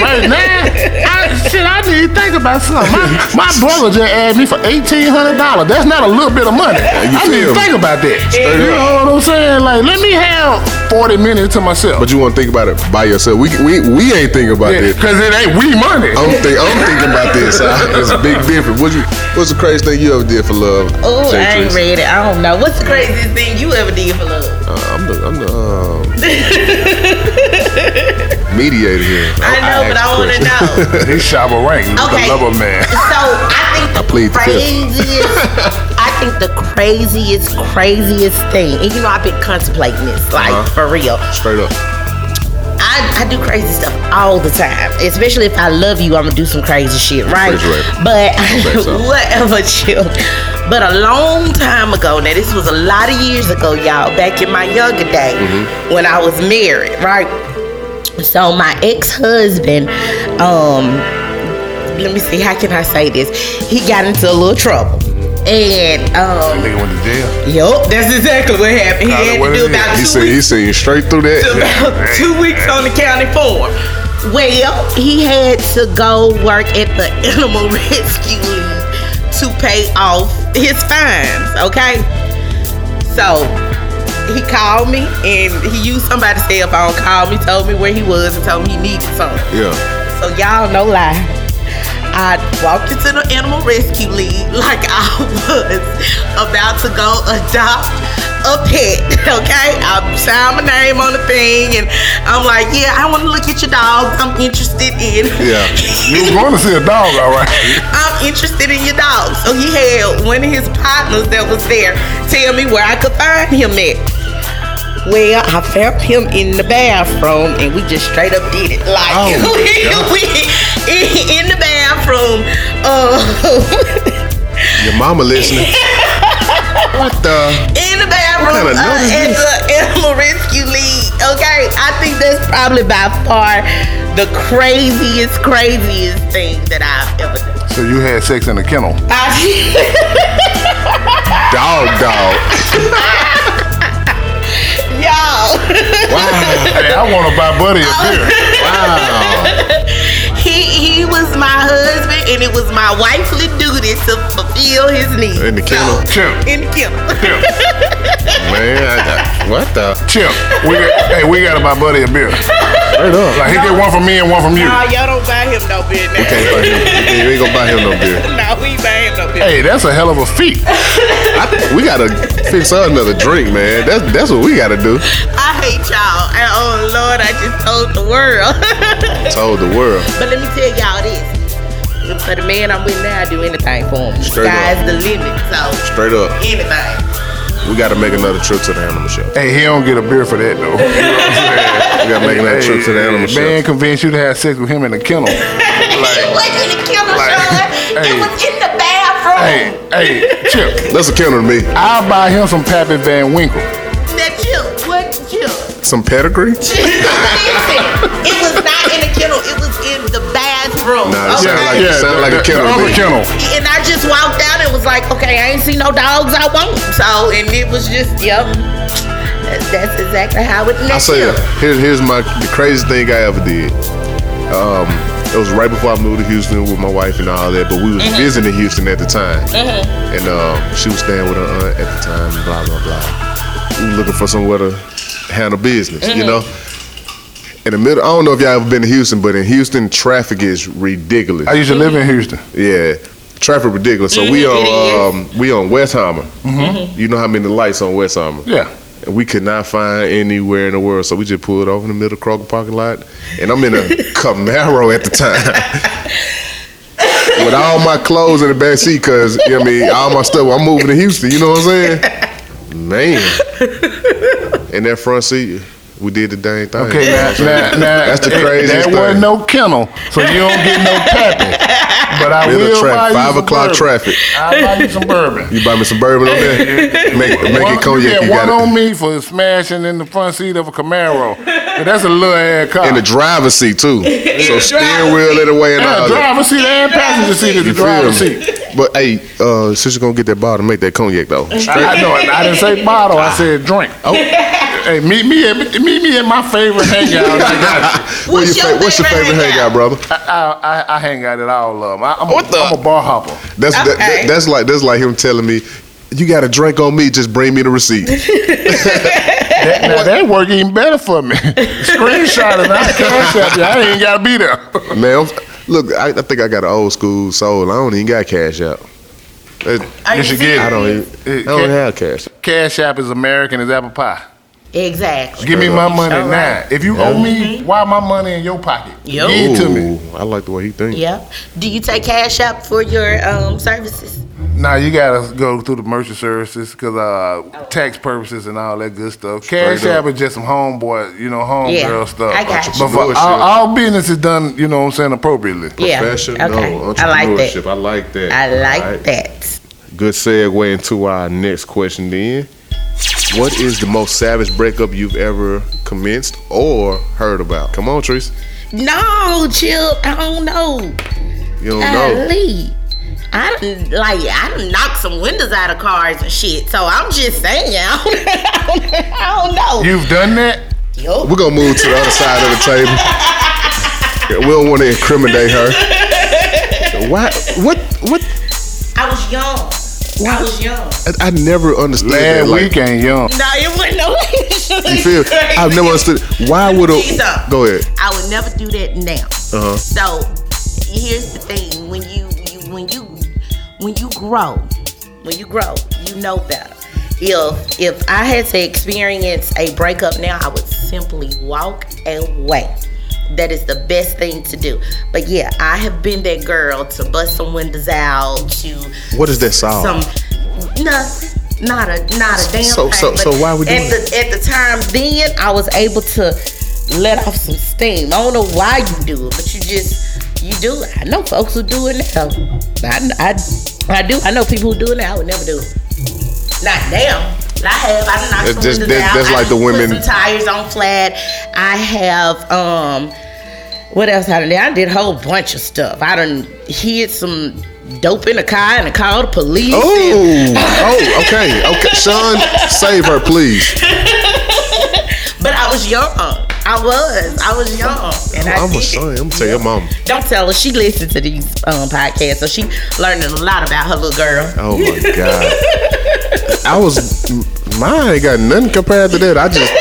Speaker 2: right now, I, shit, I need to think about something. My, my brother just asked me for $1,800. That's not a little bit of money.
Speaker 1: you
Speaker 2: I need
Speaker 1: feel me?
Speaker 2: to think about that.
Speaker 1: Straight
Speaker 2: you
Speaker 1: up.
Speaker 2: know what I'm saying? Like, let me have 40 minutes to myself.
Speaker 1: But you wanna think about it by yourself. We we, we ain't thinking about Oh. this.
Speaker 2: Because it ain't we money.
Speaker 1: I'm, think, I'm thinking about this. I, it's a big difference. What you, what's the craziest thing you ever did for love?
Speaker 6: Oh,
Speaker 1: Jay
Speaker 6: I ain't
Speaker 1: Triss?
Speaker 6: read it. I don't know. What's the craziest thing you ever did for love?
Speaker 1: Uh, I'm the, I'm the um, mediator here.
Speaker 6: I know, but I wanna know.
Speaker 2: They shop rank.
Speaker 6: Okay.
Speaker 2: The lover man.
Speaker 6: So I think
Speaker 1: plead
Speaker 6: the
Speaker 1: the fifth.
Speaker 6: craziest, I think the craziest, craziest thing, and you know I've been
Speaker 1: Uh-huh.
Speaker 6: contemplating this, like for real.
Speaker 1: Straight up.
Speaker 6: I, I do crazy stuff all the time, especially if I love you, I'm gonna do some crazy shit, right?
Speaker 1: Refrigerator.
Speaker 6: But
Speaker 1: Okay, so.
Speaker 6: whatever, chill. But a long time ago, now this was a lot of years ago, y'all. Back in my younger day, when I was married, right? So my ex-husband, um, let me see, how can I say this? He got into a little trouble, and um.
Speaker 2: Nigga went to jail.
Speaker 6: Yup, that's exactly what happened. He
Speaker 2: Tyler,
Speaker 6: had
Speaker 2: what
Speaker 6: to do
Speaker 2: is it?
Speaker 6: about
Speaker 1: He
Speaker 6: two
Speaker 1: said he
Speaker 6: weeks,
Speaker 1: seen straight through that.
Speaker 6: about two weeks on the county form. Well, he had to go work at the animal rescue to pay off his fines. Okay, so he called me and he used somebody's cell phone. Called me, told me where he was, and told me he needed something.
Speaker 1: Yeah.
Speaker 6: So y'all no lie. I walked into the animal rescue league like I was about to go adopt a pet. Okay, I signed my name on the thing, and I'm like, yeah, I want to look at your dog. I'm interested in.
Speaker 1: Yeah.
Speaker 2: You was going to see a dog, all right.
Speaker 6: I'm interested in your dog. So he had one of his partners that was there tell me where I could find him at. Well, I found him in the bathroom and we just straight up did it. Like
Speaker 1: Oh,
Speaker 6: we, we in, in the bathroom. Uh,
Speaker 1: Your mama listening. what the?
Speaker 6: in the bathroom
Speaker 1: What kind of
Speaker 6: uh,
Speaker 1: note is
Speaker 6: at
Speaker 1: this?
Speaker 6: the Animal Rescue League. Okay, I think that's probably by far the craziest, craziest thing that I've ever done.
Speaker 2: So you had sex in the kennel.
Speaker 6: I-
Speaker 1: Dog, dog.
Speaker 6: y'all.
Speaker 1: Wow.
Speaker 2: Hey, I want to buy Buddy a
Speaker 6: Oh.
Speaker 2: beer.
Speaker 1: Wow.
Speaker 6: He he was my husband, and it was my wifely duty to fulfill his needs.
Speaker 1: In the kennel.
Speaker 2: Chimp,
Speaker 6: In the kennel.
Speaker 1: Man, I- I- what the?
Speaker 2: chimp. We got, hey, we got to buy Buddy a beer.
Speaker 1: Straight up.
Speaker 2: Like he get one from me and one from you.
Speaker 6: Nah, y'all don't buy him no beer
Speaker 1: We
Speaker 6: now.
Speaker 1: can't buy him. We ain't gonna buy him no beer.
Speaker 6: Nah, we ain't buy him no beer.
Speaker 2: Hey, that's a hell of a feat.
Speaker 1: I, we gotta fix her another drink, man. That's that's what we gotta do.
Speaker 6: I hate y'all. And oh Lord, I just told the world.
Speaker 1: Told the world.
Speaker 6: but let me tell y'all this: for the man I'm with now, I do anything for him.
Speaker 1: Straight up.
Speaker 6: Sky's the limit. So
Speaker 1: Straight up.
Speaker 6: anything.
Speaker 1: We gotta make another trip to the animal show.
Speaker 2: Hey, he don't get a beer for that though.
Speaker 1: We gotta make another trip to the animal
Speaker 2: Hey, Man
Speaker 1: show.
Speaker 2: convinced you to have sex with him in the kennel.
Speaker 6: it wasn't in the kennel,
Speaker 2: like-
Speaker 6: Sean.
Speaker 2: Hey.
Speaker 6: It was in the bathroom.
Speaker 2: Hey, hey, Chip,
Speaker 1: That's a kennel to me.
Speaker 2: I'll buy him some Pappy Van Winkle.
Speaker 6: Now, chill. What chill?
Speaker 1: Some pedigree?
Speaker 6: Listen, it was not in the kennel. It was in the bathroom.
Speaker 1: Nah, it sounded like-
Speaker 6: okay?
Speaker 1: it sounded like a
Speaker 2: the-
Speaker 1: kennel
Speaker 2: The
Speaker 1: to
Speaker 2: other
Speaker 1: me.
Speaker 2: kennel.
Speaker 6: And I just walked out and was like, okay, I ain't seen no dogs I want. So, and it was just, yep. That's, that's exactly how it
Speaker 1: I
Speaker 6: left
Speaker 1: say
Speaker 6: you.
Speaker 1: here's here's my the craziest thing I ever did. Um, it was right before I moved to Houston with my wife and all that, but we was visiting Houston at the time, and um, she was staying with her aunt at the time. Blah blah blah. We were looking for somewhere to handle business, you know. In the middle, I don't know if y'all ever been to Houston, but in Houston, traffic is ridiculous.
Speaker 2: I used to live in Houston.
Speaker 1: Yeah, traffic ridiculous. So we on um, we on Westheimer. You know how many lights on Westheimer?
Speaker 2: Yeah.
Speaker 1: And we could not find anywhere in the world, so we just pulled over in the middle of Kroger parking lot, and I'm in a Camaro at the time. With all my clothes in the back seat, cause you know what I mean, all my stuff. I'm moving to Houston. You know what I'm saying? Man, in that front seat, we did the dang thing.
Speaker 2: Okay, now, now, now
Speaker 1: That's the
Speaker 2: eh,
Speaker 1: craziest
Speaker 2: There
Speaker 1: thing.
Speaker 2: wasn't no kennel, so you don't get no Pappy. But I
Speaker 1: Middle
Speaker 2: will
Speaker 1: traffic,
Speaker 2: buy you
Speaker 1: five
Speaker 2: some
Speaker 1: o'clock
Speaker 2: bourbon.
Speaker 1: traffic.
Speaker 2: I'll buy you some bourbon.
Speaker 1: You buy me some bourbon on there. Make, make
Speaker 2: One-
Speaker 1: it cognac.
Speaker 2: You
Speaker 1: You
Speaker 2: get one
Speaker 1: got
Speaker 2: on
Speaker 1: it.
Speaker 2: me for smashing in the front seat of a Camaro. But that's a little ass car.
Speaker 1: In the driver's seat too. So steering wheel in the way and
Speaker 2: Yeah,
Speaker 1: all that.
Speaker 2: driver's seat and passenger seat is the
Speaker 1: You feel
Speaker 2: driver's
Speaker 1: me?
Speaker 2: seat.
Speaker 1: But hey, uh, since you're gonna get that bottle, make that cognac though.
Speaker 2: I, I know. I didn't say bottle. I said drink. Oh. hey, meet me at meet me at my favorite hangout. I got you.
Speaker 1: What
Speaker 6: What's
Speaker 1: your
Speaker 6: your
Speaker 1: fa- what's your
Speaker 6: favorite
Speaker 1: favorite hangout,
Speaker 6: hangout?
Speaker 1: brother?
Speaker 2: I, I, I- I hang out at all of them. I, I'm, a-
Speaker 1: What the-
Speaker 2: I'm a bar hopper.
Speaker 1: That's that, that,
Speaker 6: Okay.
Speaker 1: that's like that's like him telling me, you got a drink on me, just bring me the receipt.
Speaker 2: That, now that work even better for me. Screenshot and I concept. it. I ain't gotta be there.
Speaker 1: Man, I'm, look, I, I think I got an old school soul. I don't even got cash out. It-
Speaker 2: You should get it.
Speaker 1: I don't even. I don't have cash.
Speaker 2: Cash App is American as apple pie.
Speaker 6: Exactly.
Speaker 2: Give me
Speaker 1: Straight
Speaker 2: my
Speaker 1: up.
Speaker 2: money
Speaker 6: All
Speaker 2: now.
Speaker 6: right.
Speaker 2: If you owe me, why my money in your pocket?
Speaker 6: Yep.
Speaker 2: Give it to me.
Speaker 1: Ooh, I like the way he thinks.
Speaker 6: Yeah. Do you take cash out for your um, services?
Speaker 2: Now you gotta go through the merchant services because uh, tax purposes and all that good stuff. Cash
Speaker 1: up.
Speaker 2: app is just some homeboy, you know,
Speaker 6: Yeah,
Speaker 2: homegirl stuff.
Speaker 6: I got you.
Speaker 2: But for all,
Speaker 1: Entrepreneurship.
Speaker 2: all business is done, you know what I'm saying, appropriately.
Speaker 6: Yeah.
Speaker 1: Professional
Speaker 6: Okay. I like
Speaker 1: entrepreneurship.
Speaker 6: that.
Speaker 1: I like that.
Speaker 6: I like
Speaker 1: All right.
Speaker 6: that.
Speaker 1: Good segue into our next question then. What is the most savage breakup you've ever commenced or heard about? Come on, Trees.
Speaker 6: No, chill. I don't know.
Speaker 1: You don't know.
Speaker 6: Golly. I done, like I done knocked some windows out of cars and shit. So I'm just saying, I don't, I don't know.
Speaker 2: You've done that?
Speaker 6: Yo.
Speaker 1: We're gonna move to the other side of the table. We don't want to incriminate her. Why? What? What?
Speaker 6: I was young. I was young.
Speaker 1: I, I never understood that.
Speaker 2: Last
Speaker 1: like,
Speaker 2: weekend, young.
Speaker 6: No, it wasn't no.
Speaker 1: You feel? I've never understood. Why would a?
Speaker 6: Jesus.
Speaker 1: Go ahead.
Speaker 6: I would never do that now.
Speaker 1: Uh-huh.
Speaker 6: So here's the thing: when you, you when you when you grow, when you grow, you know better. If if I had to experience a breakup now, I would simply walk away. That is the best thing to do. But yeah, I have been that girl to bust some windows out, to
Speaker 1: What is that song?
Speaker 6: some no, not a not a damn
Speaker 1: So-
Speaker 6: thing.
Speaker 1: so-
Speaker 6: but
Speaker 1: so why we doing
Speaker 6: at the at the time then I was able to let off some steam. I don't know why you do it, but you just you do it. I know folks who do it now. I I, I do. I know people who do it now. I would never do it. Not now. I have. I done knocked
Speaker 1: That's
Speaker 6: some
Speaker 1: just-
Speaker 6: windows
Speaker 1: that's-
Speaker 6: out.
Speaker 1: that's
Speaker 6: I
Speaker 1: like the
Speaker 6: done put
Speaker 1: women-
Speaker 6: some tires on flat. I have um what else I done did? I did a whole bunch of stuff. I done hid some dope in a car and I called the police.
Speaker 1: Oh,
Speaker 6: and-
Speaker 1: oh, okay, okay. Sean, save her, please.
Speaker 6: But I was young. I was. I was young. And I
Speaker 1: I'm a
Speaker 6: did.
Speaker 1: son. I'm gonna tell your mom.
Speaker 6: Don't tell her. She listened to these um, podcasts, so she learning a lot about her little girl.
Speaker 1: Oh my god. I was mine ain't got nothing compared to that. I just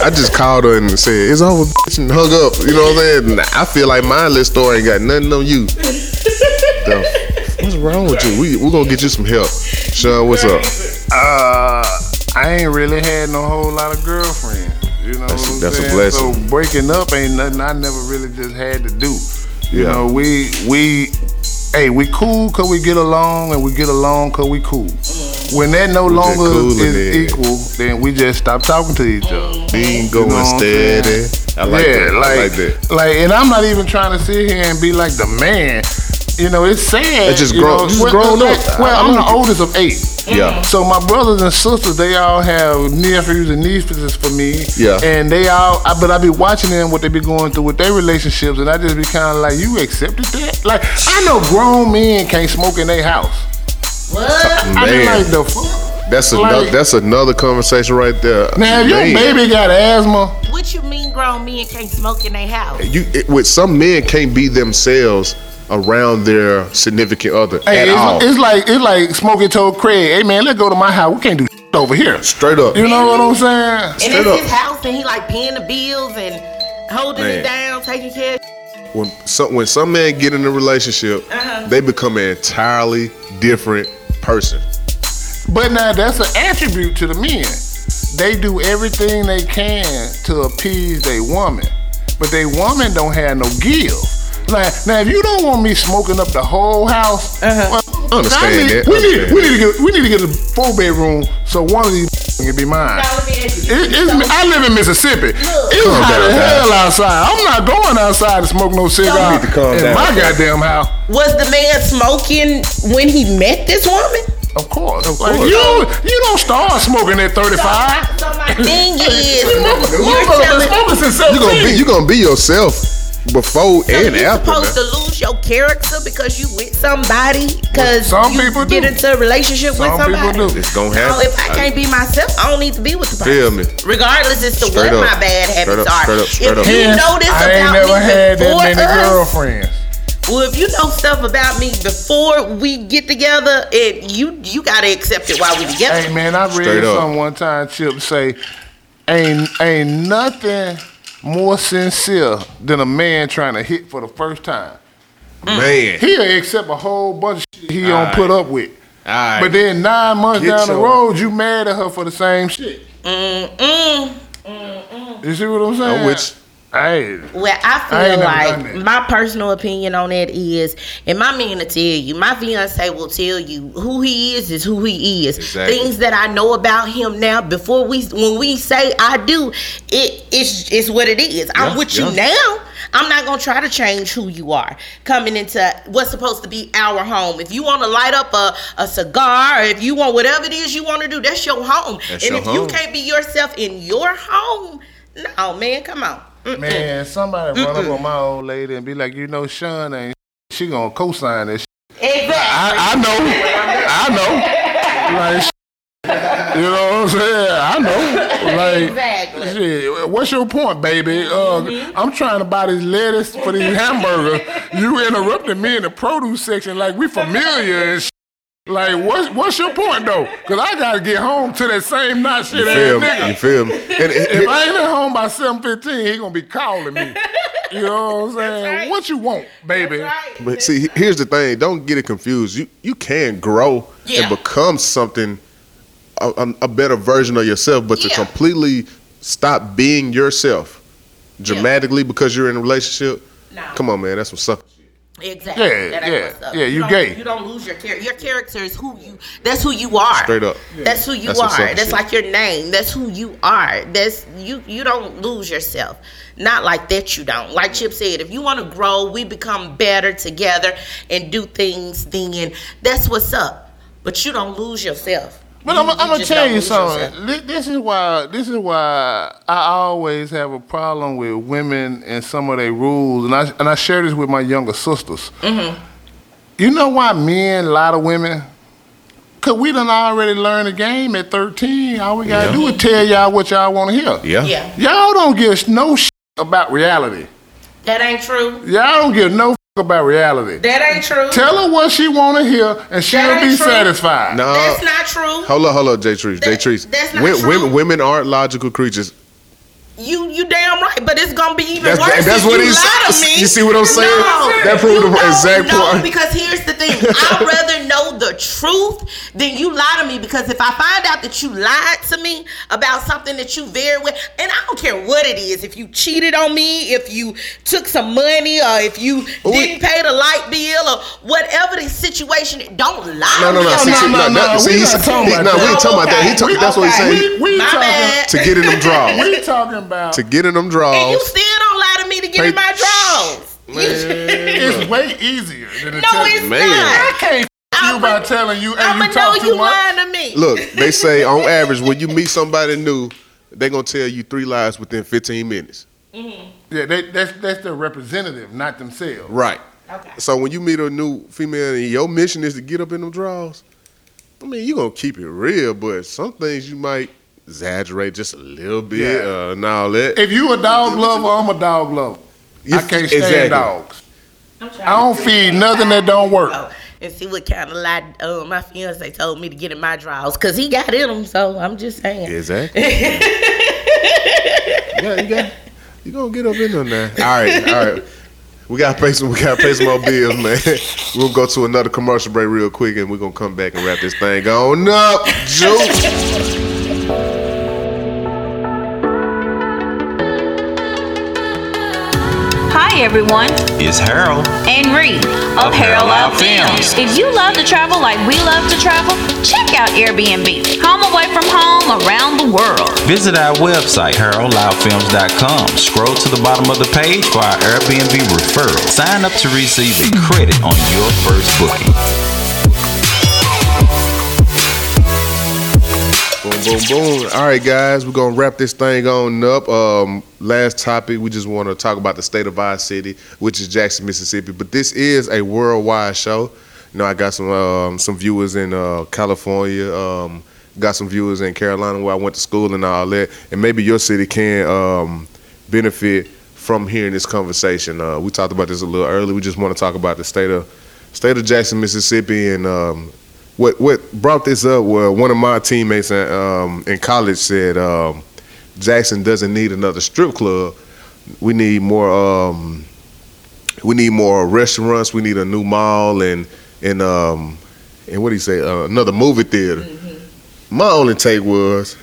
Speaker 1: I just called her and said it's over, bitch, and hung up. You know what I'm saying? And I feel like my little story ain't got nothing on you. The- what's wrong with you? We we gonna get you some help. Sean, what's up?
Speaker 2: Uh, I ain't really had no whole lot of girlfriends. You know
Speaker 1: That's-
Speaker 2: what I'm
Speaker 1: that's a
Speaker 2: saying?
Speaker 1: blessing.
Speaker 2: So breaking up ain't nothing I never really just had to do. You
Speaker 1: Yeah.
Speaker 2: know, we we hey, we cool cause we get along and we get along cause we cool. When that no
Speaker 1: just
Speaker 2: longer
Speaker 1: cool and
Speaker 2: is
Speaker 1: then-
Speaker 2: equal, then we just stop talking to each other.
Speaker 1: Being
Speaker 2: You know
Speaker 1: going
Speaker 2: what I'm
Speaker 1: steady.
Speaker 2: saying?
Speaker 1: I like
Speaker 2: yeah,
Speaker 1: that.
Speaker 2: Like,
Speaker 1: I like that.
Speaker 2: like, and I'm not even trying to sit here and be like the man. You know, it's sad.
Speaker 1: It's just
Speaker 2: you
Speaker 1: grown-
Speaker 2: know,
Speaker 1: just
Speaker 2: well,
Speaker 1: grown
Speaker 2: well,
Speaker 1: up. I- I
Speaker 2: Well, I'm
Speaker 1: like
Speaker 2: the
Speaker 1: it.
Speaker 2: oldest of eight.
Speaker 1: Yeah.
Speaker 2: So my brothers and sisters, they all have nephews and nieces for me.
Speaker 1: Yeah.
Speaker 2: And they all, I, but I be watching them what they be going through with their relationships, and I just be kind of like, you accepted that? Like I know grown men can't smoke in their house.
Speaker 6: What?
Speaker 2: I be
Speaker 1: Man.
Speaker 2: like the fuck.
Speaker 1: That's
Speaker 2: Like-
Speaker 1: another that's another conversation right there.
Speaker 2: Now if your
Speaker 1: Man.
Speaker 2: baby got asthma,
Speaker 6: What you mean, grown men can't smoke in their house?
Speaker 1: you it, with some men can't be themselves around their significant other at
Speaker 2: hey,
Speaker 1: all.
Speaker 2: it's, it's like it's like Smokey told Craig, hey man, let's go to my house. We can't do over here.
Speaker 1: Straight up.
Speaker 2: You know what I'm saying?
Speaker 6: And
Speaker 1: Straight
Speaker 6: it's
Speaker 1: up.
Speaker 6: his house, and he like paying the bills and holding
Speaker 1: Man.
Speaker 6: it down, taking care. of
Speaker 1: when some when some men get in a relationship,
Speaker 6: Uh-huh.
Speaker 1: they become an entirely different person.
Speaker 2: But now that's an attribute to the men. They do everything they can to appease their woman, but they woman don't have no give. Like now, if you don't want me smoking up the whole house, well,
Speaker 1: Understand
Speaker 2: I need-
Speaker 1: that,
Speaker 2: We
Speaker 1: understand
Speaker 2: need we need to get we need to get a four bedroom so one of these can be mine. It, it's, I live in Mississippi. It's
Speaker 1: Calm
Speaker 2: hot
Speaker 1: down,
Speaker 2: as
Speaker 1: guys.
Speaker 2: hell outside. I'm not going outside to smoke no cigar
Speaker 1: need to calm
Speaker 2: in
Speaker 1: down.
Speaker 2: my goddamn house.
Speaker 6: Was the man smoking when he met this woman?
Speaker 2: Of course, of
Speaker 1: course.
Speaker 2: you don't, you don't start smoking at 35.
Speaker 6: So my thing is,
Speaker 2: You
Speaker 6: you're
Speaker 2: motherfucker
Speaker 6: telling
Speaker 2: smoking since
Speaker 1: You
Speaker 2: 17.
Speaker 1: gonna be you gonna be yourself before
Speaker 6: So
Speaker 1: and
Speaker 6: you
Speaker 1: after.
Speaker 6: supposed
Speaker 1: man.
Speaker 6: to lose your character because you with somebody because
Speaker 2: Some
Speaker 6: you
Speaker 2: people
Speaker 6: get
Speaker 2: do.
Speaker 6: into a relationship
Speaker 2: Some
Speaker 6: with somebody.
Speaker 2: people do.
Speaker 1: It's gonna
Speaker 6: So
Speaker 1: happen.
Speaker 6: Oh, if I can't be myself, I don't need to be with the person.
Speaker 1: Feel me.
Speaker 6: Regardless as to
Speaker 1: Straight
Speaker 6: what
Speaker 1: up.
Speaker 6: my bad
Speaker 1: Straight
Speaker 6: habits
Speaker 1: up,
Speaker 6: are.
Speaker 1: straight up, straight
Speaker 6: if
Speaker 1: up.
Speaker 6: you
Speaker 1: Hence,
Speaker 6: know this
Speaker 2: I ain't
Speaker 6: about
Speaker 2: never
Speaker 6: me
Speaker 2: had that
Speaker 6: before
Speaker 2: many
Speaker 6: us,
Speaker 2: girlfriends.
Speaker 6: well, if you know stuff about me before we get together, it you you gotta accept it while we together.
Speaker 2: Hey man, I read
Speaker 1: Straight up.
Speaker 2: some one time Chip say, ain't ain't nothing more sincere than a man trying to hit for the first time.
Speaker 1: Man,
Speaker 6: Mm.
Speaker 1: all
Speaker 2: He'll accept a whole bunch of shit he don't
Speaker 1: Aight.
Speaker 2: put up with.
Speaker 1: right.
Speaker 2: But then nine months
Speaker 1: Get
Speaker 2: down the
Speaker 1: your-
Speaker 2: road, you mad at her for the same shit. You see what I'm saying?
Speaker 1: I'm with you.
Speaker 2: Hey,
Speaker 6: Well,
Speaker 2: I
Speaker 6: I
Speaker 2: ain't
Speaker 6: feel
Speaker 2: never done
Speaker 6: like
Speaker 2: that.
Speaker 6: my personal opinion on that is, and my man to tell you, my fiance will tell you who he is is who he is.
Speaker 1: Exactly.
Speaker 6: Things that I know about him now, before we when we say I do, it it's it's what it is. I'm
Speaker 1: Yeah,
Speaker 6: with you
Speaker 1: yeah.
Speaker 6: now. I'm not gonna try to change who you are coming into what's supposed to be our home. If you want to light up a, a cigar, if you want whatever it is you want to do, that's your home.
Speaker 1: That's
Speaker 6: and
Speaker 1: your
Speaker 6: if
Speaker 1: home.
Speaker 6: you can't be yourself in your home, no man, come on. Mm-mm.
Speaker 2: man, somebody run up on my old lady and be like, you know, Sean ain't. She gonna co-sign this.
Speaker 6: Exactly.
Speaker 2: I, I know. I know. Like, sh- you know what I'm saying? I know. Like,
Speaker 6: Exactly. Mm-hmm.
Speaker 2: shit, what's your point, baby? Uh, I'm trying to buy this lettuce for this hamburger. You interrupted me in the produce section like we familiar and sh- Like, what's, what's your point, though? Because I got to get home to that same not shit
Speaker 1: You
Speaker 2: ass
Speaker 1: feel me?
Speaker 2: nigga.
Speaker 1: You feel me? And- and-
Speaker 2: If I ain't at home by seven fifteen, he gonna be calling me. You know what I'm saying?
Speaker 6: right.
Speaker 2: What you want, baby?
Speaker 1: But see, here's the thing. Don't get it confused. You you can grow
Speaker 6: Yeah.
Speaker 1: and become something, a, a- a better version of yourself. But to
Speaker 6: Yeah.
Speaker 1: completely stop being yourself dramatically because you're in a relationship,
Speaker 6: No.
Speaker 1: come on, man, that's some sucker. shit.
Speaker 6: Exactly.
Speaker 2: Yeah,
Speaker 6: That ain't
Speaker 2: yeah,
Speaker 6: what's up.
Speaker 2: yeah, you
Speaker 6: don't-
Speaker 2: gay.
Speaker 6: You don't lose your character. Your character is who you. That's who you are.
Speaker 1: Straight up.
Speaker 6: That's who you
Speaker 1: That's what's up
Speaker 6: are.
Speaker 1: with
Speaker 6: That's
Speaker 1: you.
Speaker 6: like your name. That's who you are. That's you. You don't lose yourself. Not like that. You don't. Like Chip said, if you want to grow, we become better together and do things. Then that's what's up. But you don't lose yourself.
Speaker 2: But I'm, I'm gonna
Speaker 6: just
Speaker 2: tell
Speaker 6: don't
Speaker 2: you
Speaker 6: lose
Speaker 2: something.
Speaker 6: yourself.
Speaker 2: Thi- This is why. This is why I always have a problem with women and some of their rules, and I and I share this with my younger sisters.
Speaker 6: Mm-hmm.
Speaker 2: You know why men lie to women? Cause we done already learned the game at 13. All we gotta
Speaker 1: Yeah.
Speaker 2: do is tell y'all what y'all want to hear.
Speaker 1: Yeah.
Speaker 6: Yeah.
Speaker 2: Y'all don't give us no shit about reality.
Speaker 6: That ain't true.
Speaker 2: Y'all don't give no f- about reality.
Speaker 6: That ain't true.
Speaker 2: Tell her what she want to hear, and she'll
Speaker 6: ain't
Speaker 2: be
Speaker 6: true.
Speaker 2: satisfied.
Speaker 1: No.
Speaker 6: that's not true.
Speaker 1: Hold up, hold up, J Trees. J
Speaker 6: That-
Speaker 1: Trees.
Speaker 6: that's not
Speaker 1: Women,
Speaker 6: true.
Speaker 1: women, aren't logical creatures.
Speaker 6: You you damn right, but it's gonna be even
Speaker 1: That's-
Speaker 6: worse.
Speaker 1: that's
Speaker 6: if
Speaker 1: what
Speaker 6: you
Speaker 1: he's-
Speaker 6: lie to me.
Speaker 1: you see what I'm saying?
Speaker 6: No,
Speaker 1: That proved
Speaker 6: you
Speaker 1: the
Speaker 6: don't
Speaker 1: exact
Speaker 6: know,
Speaker 1: point.
Speaker 6: Because here's the thing: I'd rather know the truth than you lie to me. Because if I find out that you lied to me about something that you very well, and I don't care what it is, if you cheated on me, if you took some money, or if you didn't pay the light bill, or whatever the situation, don't lie.
Speaker 1: No, no,
Speaker 6: to
Speaker 1: no.
Speaker 6: me.
Speaker 1: See,
Speaker 2: no,
Speaker 1: see,
Speaker 2: no,
Speaker 1: no,
Speaker 2: no,
Speaker 1: that-
Speaker 2: we
Speaker 1: see,
Speaker 2: not
Speaker 1: he's-
Speaker 2: talking
Speaker 1: he-
Speaker 2: about
Speaker 1: No, we
Speaker 2: that.
Speaker 1: ain't talking about that. He talk,
Speaker 6: Okay.
Speaker 1: that's what he's
Speaker 6: Okay.
Speaker 1: saying.
Speaker 2: We, we
Speaker 6: My bad.
Speaker 2: talking,
Speaker 1: To get in them draws.
Speaker 2: we talking about
Speaker 1: to get in them
Speaker 6: and you
Speaker 1: draws.
Speaker 6: still don't lie to me to get in
Speaker 1: Pay-
Speaker 6: my drawers.
Speaker 2: it's way easier than to
Speaker 6: No,
Speaker 2: tell
Speaker 6: it's
Speaker 1: Man.
Speaker 6: not.
Speaker 2: I can't f- you by telling you, hey,
Speaker 6: I'ma
Speaker 2: you talk
Speaker 6: know
Speaker 2: too
Speaker 6: you
Speaker 2: much.
Speaker 6: lying to me.
Speaker 1: Look, they say on average when you meet somebody new, they're gonna tell you three lies within 15 minutes.
Speaker 2: Yeah, they, that's that's their representative, not themselves.
Speaker 1: Right.
Speaker 6: Okay.
Speaker 1: So when you meet a new female and your mission is to get up in them draws, I mean you gonna keep it real, but some things you might exaggerate just a little bit
Speaker 2: Yeah.
Speaker 1: uh, and all that.
Speaker 2: If you a dog lover, I'm a dog lover. I
Speaker 1: Yes,
Speaker 2: can't stand
Speaker 1: exactly.
Speaker 2: dogs.
Speaker 6: I'm trying
Speaker 2: I don't
Speaker 6: to
Speaker 2: feed nothing that don't work.
Speaker 6: go Oh, And see what kind of lie uh, my fiance told me to get in my drawers because he got in them. So I'm just saying.
Speaker 1: Exactly. yeah, you got you gonna get up in there now. All right, all right. We gotta pay some we gotta pay some more bills, man. We'll go to another commercial break real quick and we're gonna come back and wrap this thing on up. Juice.
Speaker 11: Hi everyone,
Speaker 9: It's Harold.
Speaker 11: and Reed of
Speaker 9: Of Harold
Speaker 11: Harold Out
Speaker 9: Out Films.
Speaker 11: Films. If you love to travel like we love to travel, check out Airbnb. Home away from home around the world.
Speaker 9: Visit our website, HaroldLoudFilms.com. Scroll to the bottom of the page for our Airbnb referral. Sign up to receive a credit on your first booking.
Speaker 1: Boom, boom, boom. All right, guys, we're gonna wrap this thing on up. Um, last topic, we just want to talk about the state of our city, which is Jackson, Mississippi. But this is a worldwide show. You know, I got some um, some viewers in uh, California, um, got some viewers in Carolina where I went to school and all that. And maybe your city can um, benefit from hearing this conversation. Uh, we talked about this a little earlier. We just want to talk about the state of state of Jackson, Mississippi, and um, what what brought this up was one of my teammates in, um, in college said um, Jackson doesn't need another strip club. We need more. Um, we need more restaurants. We need a new mall and and um, and what do you say? Uh, another movie theater. My only take was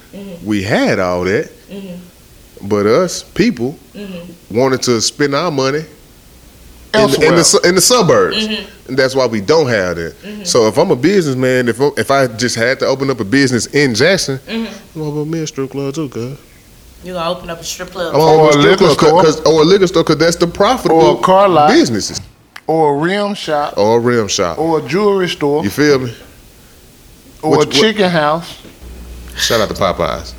Speaker 1: we had all that. But us people wanted to spend our money in the, in,
Speaker 2: Elsewhere.
Speaker 1: the, su- in the suburbs. And that's why we don't have that. So if I'm a businessman, if I, if I just had to open up a business in Jackson, I'm gonna open me a strip club too, cuz.
Speaker 6: You gonna open up a strip club?
Speaker 1: I'm gonna
Speaker 2: Or a
Speaker 1: open strip
Speaker 2: liquor
Speaker 1: club,
Speaker 2: store.
Speaker 1: 'cause- or a liquor store, because that's the profitable
Speaker 2: Or a car lot.
Speaker 1: businesses,
Speaker 2: or a rim shop,
Speaker 1: or a rim shop.
Speaker 2: or a jewelry store,
Speaker 1: You feel me?
Speaker 2: or
Speaker 1: what-
Speaker 2: a
Speaker 1: what-
Speaker 2: chicken house.
Speaker 1: Shout out to Popeyes.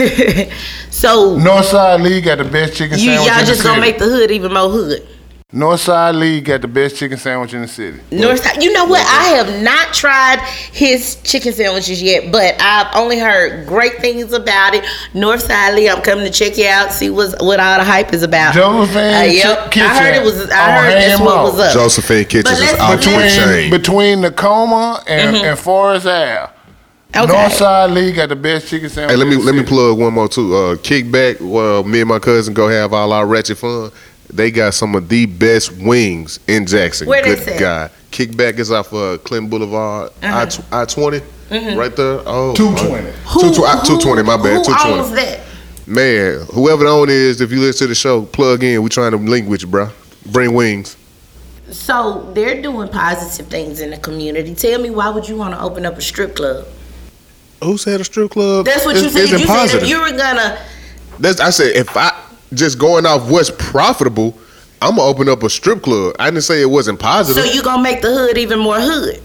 Speaker 6: so
Speaker 2: Northside League got the best chicken
Speaker 6: you
Speaker 2: sandwich.
Speaker 6: y'all
Speaker 2: in
Speaker 6: just
Speaker 2: the city.
Speaker 6: gonna make the hood even more hood.
Speaker 2: Northside League got the best chicken sandwich in the city.
Speaker 6: North Side. You know what? I have not tried his chicken sandwiches yet, but I've only heard great things about it. North Side Lee, I'm coming to check you out, see what's, what all the hype is about.
Speaker 2: Josephine
Speaker 6: Uh, yep.
Speaker 2: Kitchen Oh,
Speaker 6: I heard it was. I
Speaker 2: on
Speaker 6: heard that's what
Speaker 2: Hammond.
Speaker 6: was up.
Speaker 1: Josephine Kitchens is out
Speaker 6: let's-
Speaker 1: Uh, to a
Speaker 2: between
Speaker 1: chain.
Speaker 2: between Tacoma and, and Forest Ave.
Speaker 6: Okay.
Speaker 2: Northside League got the best chicken sandwich.
Speaker 1: Hey, let me
Speaker 2: in the
Speaker 1: let me
Speaker 2: city.
Speaker 1: plug one more too. Uh, kickback. Well, me and my cousin go have all our ratchet fun. They got some of the best wings in Jackson.
Speaker 6: Where they
Speaker 1: Good
Speaker 6: sit?
Speaker 1: guy. Kickback is off uh, Clinton Boulevard,
Speaker 6: Uh-huh.
Speaker 1: I tw- I 20 right there. Oh,
Speaker 2: 220.
Speaker 1: Two tw- I- 220, my bad,
Speaker 6: Mm-hmm. Who
Speaker 1: 220.
Speaker 6: owns that?
Speaker 1: man. Whoever the owner is, if you listen to the show, plug in. We trying to link with you, bro. Bring wings.
Speaker 6: So they're doing positive things in the community. Tell me, why would you want to open up a strip club?
Speaker 1: Who said a strip club?
Speaker 6: That's what
Speaker 1: is-
Speaker 6: you said.
Speaker 1: isn't
Speaker 6: You said
Speaker 1: positive.
Speaker 6: if you were gonna.
Speaker 1: That's I said if I just going off what's profitable, I'm gonna open up a strip club. I didn't say it wasn't
Speaker 6: So
Speaker 1: positive.
Speaker 6: you gonna make the hood even more hood?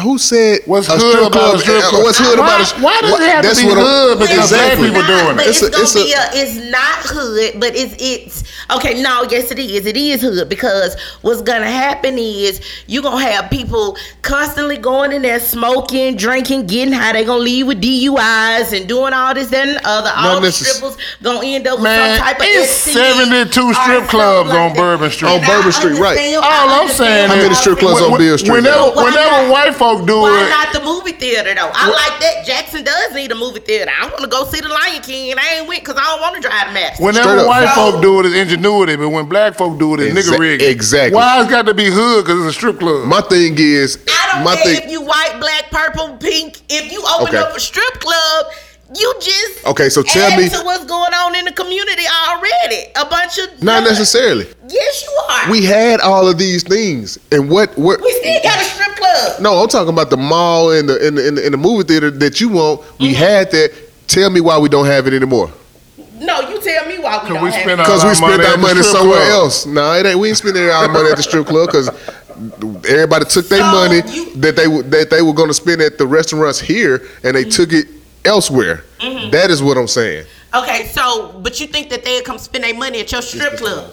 Speaker 1: Who said
Speaker 2: What's hood about a strip club?
Speaker 1: What's hood
Speaker 2: Why-
Speaker 1: about a strip
Speaker 2: why does it have to
Speaker 1: that's
Speaker 2: be
Speaker 1: what I'm-
Speaker 2: hood because black
Speaker 1: exactly.
Speaker 2: people
Speaker 6: not,
Speaker 2: doing it.
Speaker 6: But it's,
Speaker 1: It's a-
Speaker 6: gonna
Speaker 1: it's
Speaker 6: be a, it's not hood, but it's it's okay. No, yes, it is. It is hood because what's gonna happen is you gonna have people constantly going in there smoking, drinking, getting high. They gonna leave with DUIs and doing all this that, and the other. all the
Speaker 1: necess-
Speaker 6: strippers gonna end up with
Speaker 2: Man,
Speaker 6: some type of
Speaker 2: it's
Speaker 6: STD
Speaker 2: 72 strip
Speaker 6: or something
Speaker 2: clubs
Speaker 6: like
Speaker 2: on
Speaker 6: that.
Speaker 2: Bourbon Street.
Speaker 6: And
Speaker 1: On Bourbon
Speaker 6: I
Speaker 1: Street, right.
Speaker 6: understand- I
Speaker 2: All I'm
Speaker 6: understand
Speaker 2: saying
Speaker 1: How
Speaker 2: is
Speaker 1: many strip clubs
Speaker 2: when-
Speaker 1: on Beale Street?
Speaker 2: Whenever,
Speaker 6: Why
Speaker 2: whenever
Speaker 6: not?
Speaker 2: white folk do
Speaker 6: Why
Speaker 2: it,
Speaker 6: not the movie theater though? I like that. Jackson does need a movie theater. I want to go see the Lion King, and I ain't went because I don't want to drive the master.
Speaker 1: Straight
Speaker 2: whenever
Speaker 1: up.
Speaker 2: white
Speaker 1: No.
Speaker 2: folk do it, it's ingenuity. But when black folk do it, it's
Speaker 1: Exa-
Speaker 2: nigga rigging.
Speaker 1: exactly.
Speaker 2: Why it's got to be hood? Because it's a strip club.
Speaker 1: My thing is,
Speaker 6: I don't
Speaker 1: my
Speaker 6: care
Speaker 1: thing.
Speaker 6: if you white, black, purple, pink. If you open
Speaker 1: Okay.
Speaker 6: up a strip club, you just
Speaker 1: Okay, so tell
Speaker 6: add
Speaker 1: me-
Speaker 6: to what's going on in the community already. A bunch of
Speaker 1: not necessarily.
Speaker 6: Yes, you are.
Speaker 1: We had all of these things, and what? What?
Speaker 6: we still got a strip club.
Speaker 1: No, I'm talking about the mall and the and the, and the, and the movie theater that you want.
Speaker 2: Mm-hmm.
Speaker 1: We had that. Tell me why we don't have it anymore.
Speaker 6: No, you tell me why we
Speaker 2: Cause
Speaker 6: don't
Speaker 2: we
Speaker 6: have
Speaker 2: spend
Speaker 6: it.
Speaker 2: all
Speaker 1: Because
Speaker 2: our
Speaker 1: we spent
Speaker 2: money
Speaker 1: our
Speaker 2: at the
Speaker 1: money
Speaker 2: strip
Speaker 1: somewhere
Speaker 2: club.
Speaker 1: else. No, it ain't. We ain't spending our money at the strip club because everybody took their
Speaker 6: So
Speaker 1: money
Speaker 6: you-
Speaker 1: that they were- that they were going to spend at the restaurants here, and they took it elsewhere.
Speaker 2: Mm-hmm.
Speaker 1: That is what I'm saying.
Speaker 6: Okay, so but you think that they'll come spend their money at your strip club?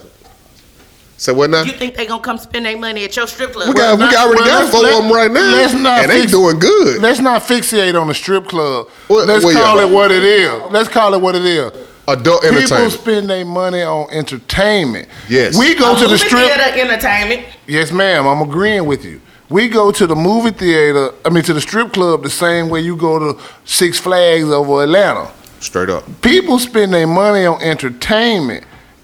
Speaker 1: So what now?
Speaker 6: You think they gonna come spend their money at your strip club?
Speaker 1: We got we
Speaker 2: Well,
Speaker 1: got already
Speaker 2: well,
Speaker 1: got
Speaker 2: let's-
Speaker 1: four
Speaker 2: let-
Speaker 1: of them right now,
Speaker 2: let's not
Speaker 1: and they
Speaker 2: fix-
Speaker 1: doing good.
Speaker 2: Let's not fixate on the strip club.
Speaker 1: Well,
Speaker 2: Let's
Speaker 1: well, yeah.
Speaker 2: call it what it is. Let's call it what it is.
Speaker 1: Adult
Speaker 2: People
Speaker 1: entertainment.
Speaker 2: spend their money on entertainment.
Speaker 1: Yes.
Speaker 2: We go
Speaker 6: A
Speaker 2: to the
Speaker 6: movie
Speaker 2: strip.
Speaker 6: theater entertainment.
Speaker 2: Yes, ma'am. I'm agreeing with you. We go to the movie theater. I mean, to the strip club the same way you go to Six Flags over Atlanta.
Speaker 1: Straight up.
Speaker 2: People spend their money on entertainment.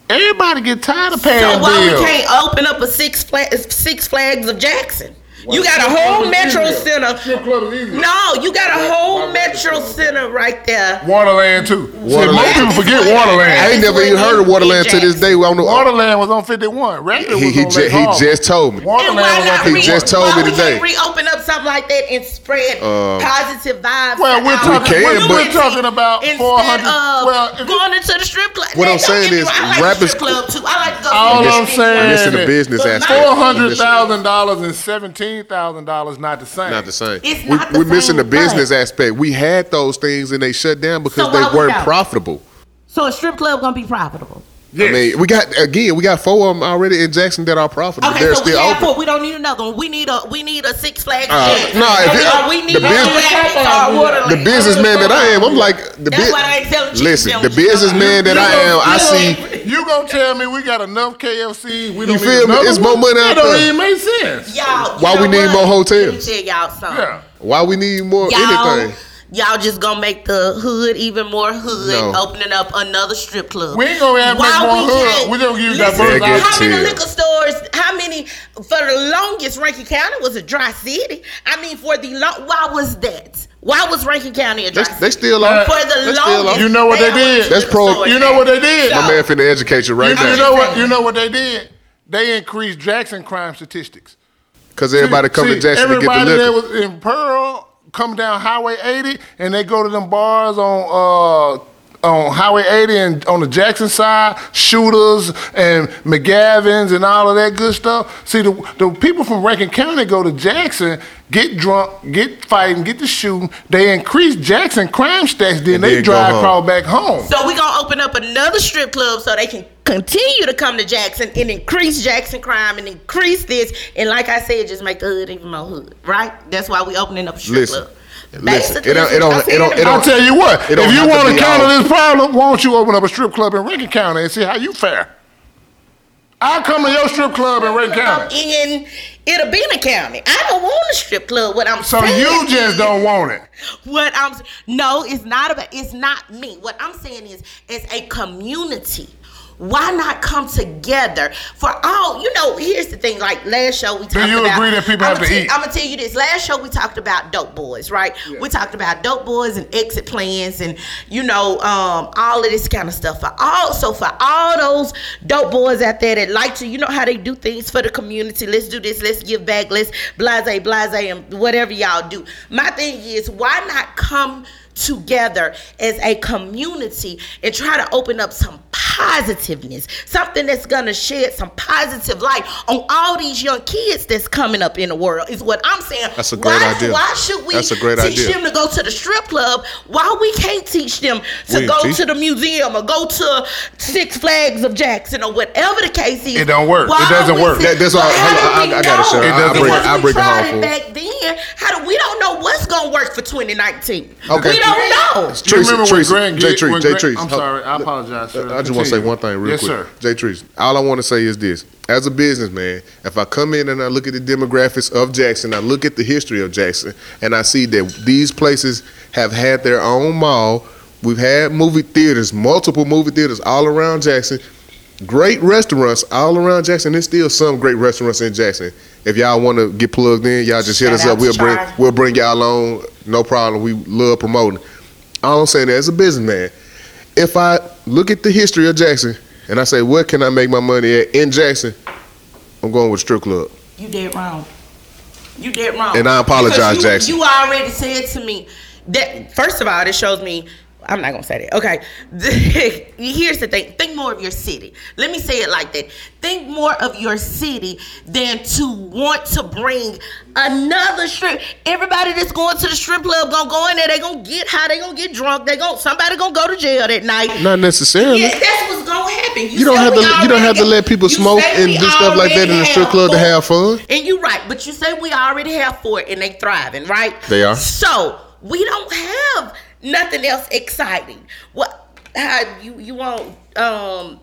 Speaker 2: Everybody get tired of paying
Speaker 6: So why
Speaker 2: bills.
Speaker 6: we can't open up a six flag, six flags of Jackson? You got a whole metro center.
Speaker 2: Strip club is easy.
Speaker 6: No, you got a whole metro center right there.
Speaker 2: Waterland too. See,
Speaker 1: Waterland.
Speaker 2: most people forget
Speaker 1: I
Speaker 2: Waterland.
Speaker 1: ain't never even heard of Waterland to this day. I don't know.
Speaker 2: Waterland was on 51. Raptor
Speaker 1: He-
Speaker 2: was
Speaker 1: he
Speaker 2: on
Speaker 1: ju-
Speaker 2: Lake
Speaker 1: he
Speaker 2: Harbor.
Speaker 1: just told me.
Speaker 6: And why
Speaker 2: Waterland was
Speaker 6: not
Speaker 2: on
Speaker 1: He
Speaker 6: re-
Speaker 2: 51.
Speaker 1: just told
Speaker 6: why
Speaker 1: me
Speaker 6: we
Speaker 1: today.
Speaker 6: can't Reopen up something like that and spread
Speaker 1: Uh,
Speaker 6: positive vibes.
Speaker 2: Well,
Speaker 6: to
Speaker 2: we're
Speaker 6: our
Speaker 2: talking,
Speaker 1: can,
Speaker 2: we're,
Speaker 1: but-
Speaker 2: we're talking about
Speaker 6: Instead
Speaker 2: 400.
Speaker 6: of
Speaker 2: well, if-
Speaker 6: going into the strip club.
Speaker 1: What I'm
Speaker 6: Don't get
Speaker 1: saying
Speaker 6: me
Speaker 1: is
Speaker 6: wrong, I like
Speaker 1: rappers-
Speaker 6: the strip club too. I like to go
Speaker 2: All
Speaker 6: to the
Speaker 2: I'm
Speaker 6: strip
Speaker 2: saying
Speaker 6: club.
Speaker 1: Listen to
Speaker 2: is
Speaker 1: business
Speaker 6: But
Speaker 1: aspect.
Speaker 2: Four hundred thousand dollars and seventeen thousand dollars not the same.
Speaker 1: Not the same.
Speaker 6: It's
Speaker 1: we,
Speaker 6: not the
Speaker 1: we're missing
Speaker 6: same,
Speaker 1: the business
Speaker 6: but-
Speaker 1: aspect. We had those things and they shut down because
Speaker 6: So why
Speaker 1: they
Speaker 6: we
Speaker 1: weren't
Speaker 6: got it?
Speaker 1: profitable.
Speaker 6: So a strip club gonna be profitable.
Speaker 1: I mean, we got again, we got four of them already in Jackson that are profitable.
Speaker 6: Okay,
Speaker 1: They're
Speaker 6: so we
Speaker 1: still
Speaker 6: have
Speaker 1: open.
Speaker 6: four. We don't need another one. We need a we need a Six Flags.
Speaker 1: Uh,
Speaker 6: Jack.
Speaker 1: no, if
Speaker 6: So
Speaker 1: it-
Speaker 6: we- or we
Speaker 1: the
Speaker 6: need a
Speaker 1: bus-
Speaker 6: Jack or Waterland.
Speaker 1: the businessman that I am, I'm like the
Speaker 6: That's
Speaker 1: bu-
Speaker 6: why I ain't selling chicken
Speaker 1: listen. The
Speaker 6: sandwiches.
Speaker 1: businessman that
Speaker 6: You
Speaker 1: I am,
Speaker 6: know-
Speaker 1: I
Speaker 6: you
Speaker 1: see.
Speaker 6: know-
Speaker 2: You gonna tell me we got enough KFC? We
Speaker 1: You
Speaker 2: don't need
Speaker 1: feel me?
Speaker 2: another
Speaker 1: It's
Speaker 2: one?
Speaker 1: more money out
Speaker 2: That don't
Speaker 1: there.
Speaker 2: even make sense.
Speaker 6: Y'all, you
Speaker 1: Why we
Speaker 6: know
Speaker 1: need
Speaker 6: what?
Speaker 1: more hotels?
Speaker 6: Let me tell y'all something.
Speaker 2: Yeah.
Speaker 1: Why we need more
Speaker 6: Y'all,
Speaker 1: anything?
Speaker 6: y'all just gonna make the hood even more hood,
Speaker 1: No.
Speaker 6: opening up another strip club.
Speaker 2: We ain't gonna have
Speaker 6: Why
Speaker 2: make more
Speaker 6: we
Speaker 2: hood.
Speaker 6: can't-
Speaker 2: We just gonna use
Speaker 6: Listen,
Speaker 2: that
Speaker 1: Take it
Speaker 6: How many
Speaker 1: to-
Speaker 6: liquor stores? How many? For the longest, Rankin County was a dry city. I mean, for the long, why was that? Why was Rankin County a dry city?
Speaker 1: They still are.
Speaker 6: For the
Speaker 1: They still
Speaker 6: longest,
Speaker 1: are.
Speaker 2: You know what they did?
Speaker 1: That's pro.
Speaker 2: You know what they did?
Speaker 1: My man finna educate you right
Speaker 2: you,
Speaker 1: now.
Speaker 2: you know what? You know what they did? They increased Jackson crime statistics.
Speaker 1: Because everybody come
Speaker 2: See,
Speaker 1: to Jackson to get
Speaker 2: everybody
Speaker 1: the liquor.
Speaker 2: that was in Pearl come down Highway 80 and they go to them bars on uh on Highway 80 and on the Jackson side, shooters and McGavins and all of that good stuff. See, the, the people from Rankin County go to Jackson, get drunk, get fighting, get to shooting. They increase Jackson crime stats, then
Speaker 1: And
Speaker 2: they
Speaker 1: then go
Speaker 2: drive
Speaker 1: home.
Speaker 2: crawl back home.
Speaker 6: So we gonna open up another strip club so they can continue to come to Jackson and increase Jackson crime and increase this and like I said, just make the hood even more hood, right? That's why we opening up a strip
Speaker 1: Listen.
Speaker 6: club.
Speaker 1: Listen, it don't, it don't, it don't, it
Speaker 2: I'll
Speaker 1: don't.
Speaker 2: tell you what,
Speaker 1: it don't
Speaker 2: if you
Speaker 1: have
Speaker 2: want to
Speaker 1: be
Speaker 2: counter
Speaker 1: all-
Speaker 2: this problem, why don't you open up a strip club in Rankin County and see how you fare? I'll come to your strip club in Rankin
Speaker 6: I'm
Speaker 2: County.
Speaker 6: in Itabena County. I don't want a strip club. What I'm
Speaker 2: So
Speaker 6: saying
Speaker 2: you just don't want it.
Speaker 6: What I'm no, it's not about it's not me. What I'm saying is as a community. Why not come together for all? You know, here's the thing. Like last show, we talked about.
Speaker 2: you agree that people
Speaker 6: I'm
Speaker 2: have to eat?
Speaker 6: I'm gonna tell you this. Last show, we talked about dope boys, right? We talked about dope boys and exit plans, and you know, um, all of this kind of stuff. For all, so for all those dope boys out there that like to, you know, how they do things for the community. Let's do this. Let's give back. Let's blase, blase, and whatever y'all do. My thing is, why not come? together as a community and try to open up some positiveness, something that's gonna shed some positive light on all these young kids that's coming up in the world. Is what I'm saying.
Speaker 1: That's a great
Speaker 6: why,
Speaker 1: idea.
Speaker 6: Why should we
Speaker 1: That's a great
Speaker 6: teach
Speaker 1: idea.
Speaker 6: them to go to the strip club? Why we can't teach them to
Speaker 1: We
Speaker 6: go
Speaker 1: teach-
Speaker 6: to the museum or go to Six Flags of Jackson or whatever the case is?
Speaker 2: It don't work. It doesn't work.
Speaker 1: That- that's why- hold on, I- I gotta shut
Speaker 2: up. It doesn't work.
Speaker 1: I
Speaker 6: I
Speaker 1: break
Speaker 6: break
Speaker 1: it home
Speaker 6: it
Speaker 1: for-
Speaker 6: back then. How do we don't know what's gonna work for 2019?
Speaker 1: Okay.
Speaker 6: We don't know.
Speaker 1: It's Treason,
Speaker 2: you remember
Speaker 1: Treason,
Speaker 2: when Grant
Speaker 1: Jay
Speaker 2: Gig-
Speaker 1: Trees,
Speaker 2: when
Speaker 1: Jay
Speaker 2: Grant-
Speaker 1: Trees.
Speaker 2: I'm
Speaker 1: Hold-
Speaker 2: sorry. I apologize, sir.
Speaker 1: I just want to say
Speaker 2: Continue.
Speaker 1: one thing real
Speaker 2: yes,
Speaker 1: quick.
Speaker 2: Sir.
Speaker 1: Jay Trees, all I want to say is this. As a businessman, if I come in and I look at the demographics of Jackson, I look at the history of Jackson, and I see that these places have had their own mall. We've had movie theaters, multiple movie theaters all around Jackson, great restaurants all around Jackson. There's still some great restaurants in Jackson. If y'all want to get plugged in, y'all just hit
Speaker 6: Shout
Speaker 1: us
Speaker 6: out
Speaker 1: up.
Speaker 6: to
Speaker 1: We'll bring
Speaker 6: Char.
Speaker 1: we'll bring y'all on. No problem. We love promoting. All I'm saying is, as a businessman, if I look at the history of Jackson and I say, where can I make my money at in Jackson? I'm going with strip club.
Speaker 6: You did wrong. You did wrong.
Speaker 1: And I apologize,
Speaker 6: Because
Speaker 1: Jackson.
Speaker 6: you, You already said to me that first of all, this shows me. I'm not gonna say that. Okay. Here's the thing. Think more of your city. Let me say it like that. Think more of your city than to want to bring another strip. Everybody that's going to the strip club gonna go in there. They gonna get high. They gonna get drunk. They gonna somebody gonna go to jail that night.
Speaker 1: Not necessarily.
Speaker 6: Yeah, that's what's gonna happen.
Speaker 1: You don't
Speaker 6: say
Speaker 1: have to.
Speaker 6: we
Speaker 1: You don't
Speaker 6: already
Speaker 1: have to
Speaker 6: got-
Speaker 1: let people
Speaker 6: you
Speaker 1: smoke
Speaker 6: say
Speaker 1: and
Speaker 6: we
Speaker 1: do stuff like that in the
Speaker 6: already
Speaker 1: strip club to
Speaker 6: four.
Speaker 1: have fun.
Speaker 6: And you're right, but you say we already have four and they thriving, right?
Speaker 1: They are.
Speaker 6: So we don't have nothing else exciting. What how you you want um